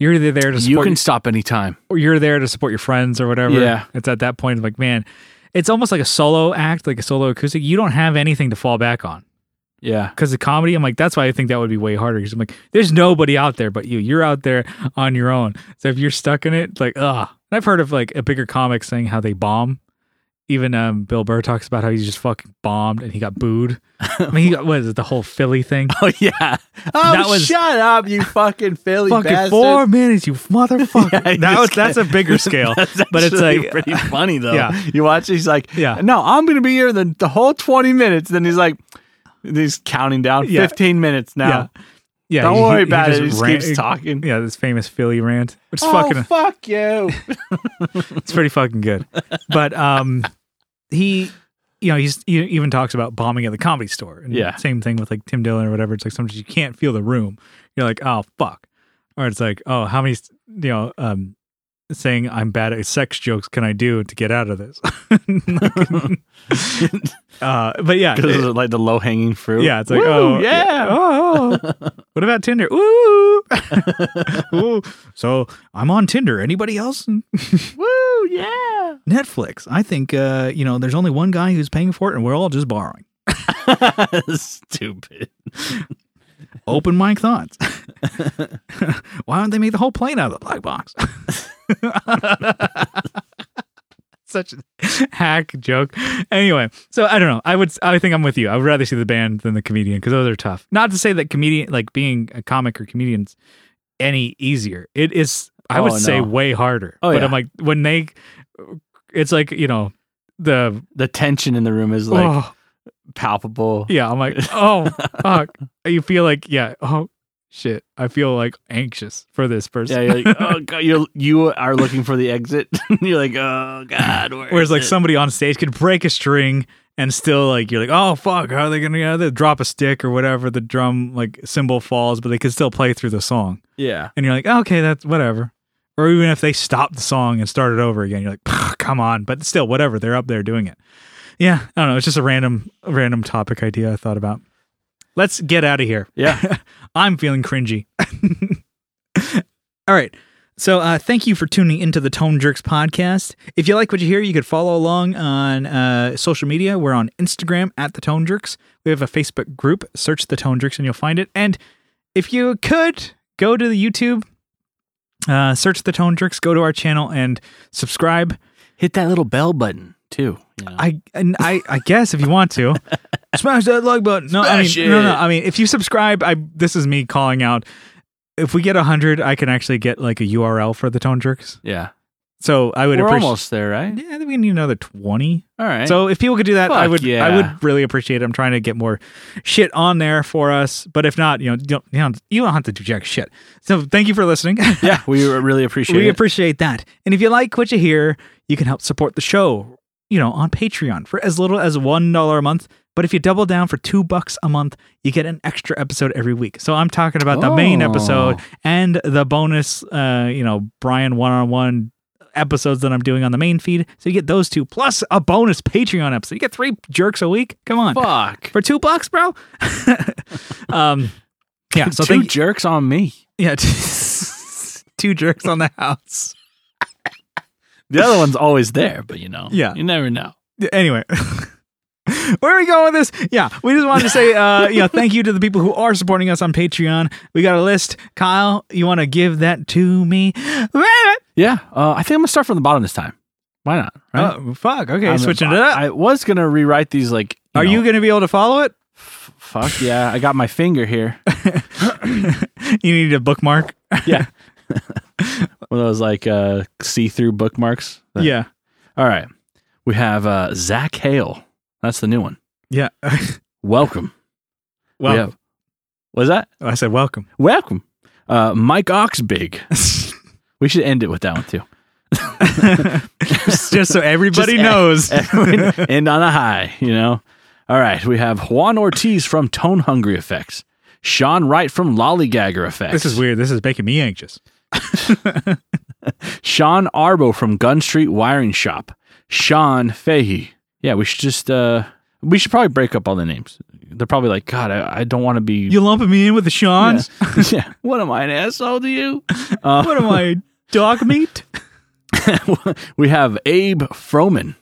B: you're either there to
A: you
B: support
A: can stop anytime
B: or you're there to support your friends or whatever
A: Yeah.
B: it's at that point like man it's almost like a solo act like a solo acoustic you don't have anything to fall back on
A: yeah
B: because of comedy. I'm like, that's why I think that would be way harder. Because I'm like, there's nobody out there but you. You're out there on your own. So if you're stuck in it, like, ugh. And I've heard of like a bigger comic saying how they bomb. Even um, Bill Burr talks about how he just fucking bombed and he got booed. I mean, he got what is it, the whole Philly thing?
A: oh yeah oh
B: That was-
A: shut up you fucking philly
B: fucking
A: bastard.
B: four minutes, you motherfucker.
A: Yeah, he
B: that was
A: just-
B: that's a bigger scale,
A: That's
B: but it's
A: actually
B: like
A: pretty funny though.
B: yeah.
A: You watch, he's like,
B: Yeah.
A: no, I'm gonna be here the, the whole 20 minutes. Then he's like, he's counting down
B: Yeah.
A: 15 minutes now.
B: yeah.
A: Don't worry about it. He
B: just
A: just
B: ran-
A: keeps talking.
B: Yeah, this famous Philly rant. It's
A: Oh,
B: fucking
A: fuck you.
B: it's pretty fucking good. But um, he, you know, he's he even talks about bombing at the comedy store. And
A: Yeah.
B: Same thing with like Tim Dillon or whatever. It's like sometimes you can't feel the room. You're like, oh fuck, or it's like, oh, how many, you know, um, saying I'm bad at sex jokes can I do to get out of this? uh, but yeah.
A: Because it's like the low hanging fruit.
B: yeah, it's like
A: Woo,
B: oh
A: yeah.
B: Oh, what about Tinder? Ooh, Ooh. so I'm on Tinder. Anybody else?
A: Woo, yeah.
B: Netflix. I think uh, you know, there's only one guy who's paying for it, and we're all just borrowing.
A: Stupid.
B: Open mic thoughts. Why don't they make the whole plane out of the black box? Such a hack joke. Anyway, so I don't know. I would. I think I'm with you. I would rather see the band than the comedian because those are tough. Not to say that comedian, like being a comic or comedians, any easier. It is. I would
A: Oh,
B: say
A: no.
B: way harder.
A: Oh,
B: but
A: yeah.
B: I'm like when they, it's like you know, the
A: The tension in the room is like
B: oh.
A: palpable.
B: Yeah, I'm like, oh fuck. You feel like, yeah, oh shit. I feel like anxious for this person.
A: Yeah, you're like, oh god, you're, you are looking for the exit. you're like, oh god, where
B: Whereas
A: is
B: like
A: it?
B: somebody on stage could break a string and still like you're like, oh fuck, how are they gonna yeah, they drop a stick or whatever, the drum like cymbal falls, but they could still play through the song.
A: yeah,
B: And you're like, "Oh, okay, that's whatever. Or even if they stop the song and start it over again, you're like, "Pah, come on. But still, whatever, they're up there doing it. Yeah, I don't know. It's just a random a random topic idea I thought about. Let's get out of here.
A: yeah.
B: I'm feeling cringy. All right. So, uh, thank you for tuning into the Tone Jerks podcast. If you like what you hear, you could follow along on uh, social media. We're on Instagram at the Tone Jerks. We have a Facebook group. Search the Tone Jerks and you'll find it. And if you could go to the YouTube, uh, search the Tone Jerks, go to our channel and subscribe.
A: Hit that little bell button too. you know?
B: I and I, I guess if you want to, smash that like button. No,
A: Smash
B: I mean, no,
A: it.
B: no. I mean, if you subscribe, I this is me calling out. If we get hundred, I can actually get like a URL for the Tone Jerks.
A: yeah,
B: So I would
A: we're
B: appreciate.
A: almost there, right?
B: Yeah, I think we need another twenty.
A: All right.
B: So if people could do that, I
A: Fuck
B: would.
A: yeah.
B: I would really appreciate. it. I'm trying to get more shit on there for us. But if not, you know, you don't, you don't, you don't have to do jack shit. So thank you for listening.
A: yeah, we really appreciate
B: we
A: it.
B: appreciate that. And if you like what you hear, you can help support the show, you know, on Patreon for as little as $1 a month. But if you double down for two bucks a month, you get an extra episode every week. So I'm talking about the main
A: Oh.
B: episode and the bonus, uh, you know, Brian one on one episodes that I'm doing on the main feed. So you get those two plus a bonus Patreon episode. You get three jerks a week. Come on.
A: Fuck.
B: For two bucks, bro. um, yeah. So
A: Two
B: thank
A: jerks on me.
B: yeah, two jerks on the house.
A: The other one's always there, but you know,
B: Yeah.
A: you never know.
B: Yeah, anyway where are we going with this yeah we just wanted to say uh you know thank you to the people who are supporting us on patreon we got a list kyle you want to give that to me
A: Yeah, uh, I think I'm gonna start from the bottom this time. Why not? Right?
B: oh fuck okay
A: I'm-
B: switching it up
A: I was gonna rewrite these. Like,
B: are you
A: know,
B: gonna be able to follow it
A: Fuck yeah! I got my finger here.
B: you need a bookmark
A: yeah. One of those like uh, see-through bookmarks.
B: yeah
A: All right. We have uh, Zach Hale. That's the new one.
B: Yeah.
A: Welcome.
B: well,
A: We have, was that?
B: I said welcome.
A: Welcome. Uh, Mike Oxbig. We should end it with that one too.
B: Just so everybody
A: Just
B: knows.
A: Everyone end on a high, you know? All right. We have Juan Ortiz from Tone Hungry Effects. Sean Wright from Lollygagger Effects.
B: this is weird. This is making me anxious.
A: Sean Arbo from Gun Street Wiring Shop. Sean Fahey. Yeah, we should just uh we should probably break up all the names. They're probably like, God, I, I don't want to be
B: You lumping me in with the Sean's?
A: yeah. What am I, an asshole to you?
B: What am I, dog meat?
A: we have Abe Froman,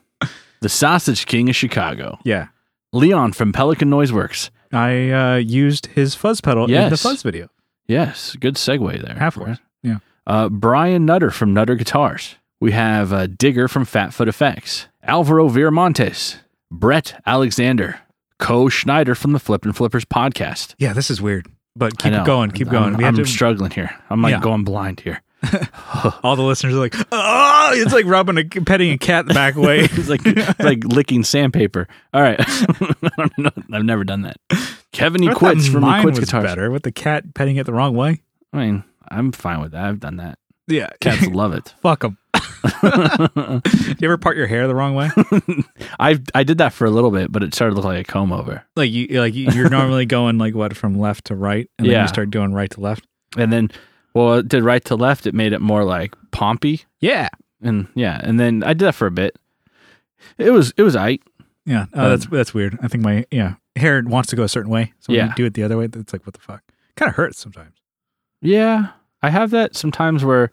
A: the Sausage King of Chicago.
B: Yeah.
A: Leon from Pelican Noise Works.
B: I uh, used his fuzz pedal in the
A: Yes.
B: fuzz video.
A: Yes, good segue there.
B: Halfway. Yeah.
A: Uh, Brian Nutter from Nutter Guitars. We have uh, Digger from Fatfoot Effects. Alvaro Viramontes. Brett Alexander. Co Schneider from the Flip and Flippers podcast.
B: Yeah, this is weird. But keep
A: I know.
B: it going. Keep going.
A: I'm,
B: we have
A: I'm
B: to,
A: struggling here. I'm like
B: Yeah.
A: going blind here.
B: all the listeners are like, oh, it's like rubbing a petting a cat the back way.
A: it's like it's like licking sandpaper. All right, I don't know. I've never done that. Kevin
B: I
A: E.
B: thought
A: Quits from E.
B: mine
A: Quits
B: was
A: Guitars.
B: better with the cat petting it the wrong way.
A: I mean, I'm fine with that. I've done that.
B: Yeah,
A: Cats love it.
B: Fuck them. Do you ever part your hair the wrong way?
A: I I did that for a little bit, but it started to look like a comb over.
B: like you, like you- you're normally going like what from left to right, and then
A: Yeah.
B: you start doing right to left.
A: And then, well, it did right to left. It made it more like Pompey,
B: Yeah,
A: and yeah. And then I did that for a bit. It was it was I.
B: yeah. Oh,
A: Um,
B: that's that's weird. I think my yeah hair wants to go a certain way, so when
A: Yeah.
B: you do it the other way, it's like what the fuck. Kind of hurts sometimes.
A: Yeah, I have that sometimes where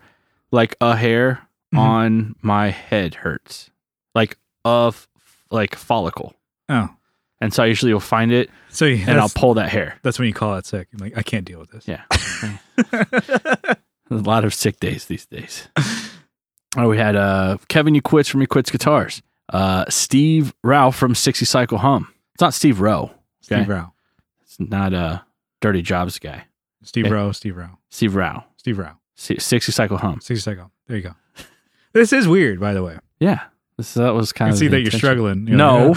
A: like a hair
B: Mhm.
A: on my head hurts, like of like follicle,
B: Oh,
A: and so I usually will find it
B: so you,
A: and I'll
B: that's,
A: pull that hair.
B: that's when you call out sick. You're like I can't deal with this.
A: Yeah. a lot of sick days these days. Oh, we had uh, Kevin You Quits from You Quits Guitars, uh, Steve Rao from 60 Cycle Hum. It's not Steve Rowe. Okay?
B: Steve Rowe.
A: It's not a Dirty Jobs guy.
B: Steve
A: Okay.
B: Rowe. Steve Rowe.
A: Steve Rao,
B: Steve Rowe.
A: Si- 60 Cycle Hum.
B: Sixty second. There you go. This is weird, by the way.
A: Yeah. This, that was
B: I
A: kind
B: can
A: of
B: see
A: the
B: that you're
A: intention.
B: struggling.
A: No.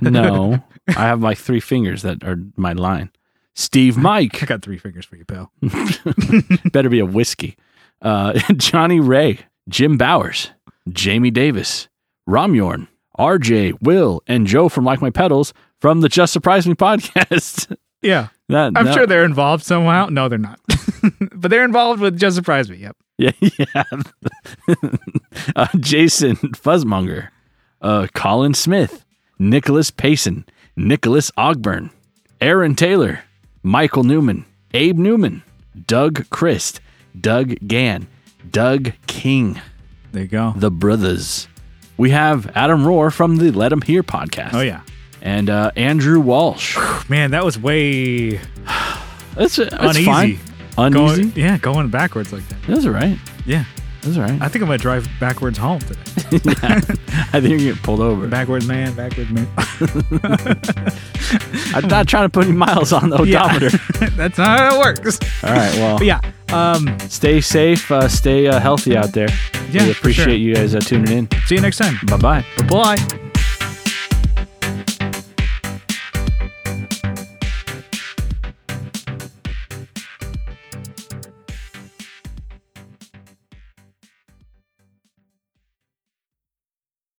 A: no, I have like three fingers that are my line. Steve
B: I
A: Mike
B: got three fingers for you, pal.
A: better be a whiskey. Uh, Johnny Ray, Jim Bowers, Jamie Davis, Romyorn, RJ, Will, and Joe from Like My Pedals from the Just Surprise Me podcast.
B: Yeah.
A: That-
B: I'm
A: that-
B: sure they're involved somehow. No, they're not. but they're involved with Just Surprise Me. Yep.
A: Yeah, yeah. uh, Jason Fuzzmonger, uh, Colin Smith, Nicholas Payson, Nicholas Ogburn, Aaron Taylor, Michael Newman, Abe Newman, Doug Christ, Doug Gann, Doug King,
B: There you go.
A: the brothers. We have Adam Rohr from the Let 'Em Hear podcast.
B: Oh, yeah.
A: and uh, Andrew Walsh.
B: Man, that was way
A: That's, that's
B: Uneasy.
A: fine. Uneasy.
B: going. Yeah, going backwards like that.
A: That's all right.
B: Yeah.
A: That's all right.
B: I think I'm going to drive backwards home today.
A: I think you're getting pulled over.
B: backwards man, backwards man.
A: I'm not trying to put any miles on the odometer.
B: That's not how it works.
A: All right. Well,
B: But yeah. Um,
A: stay safe, uh, stay uh, healthy out there.
B: Yeah,
A: we
B: for sure.
A: appreciate you guys uh, tuning in.
B: see you next time.
A: Bye bye.
B: Bye.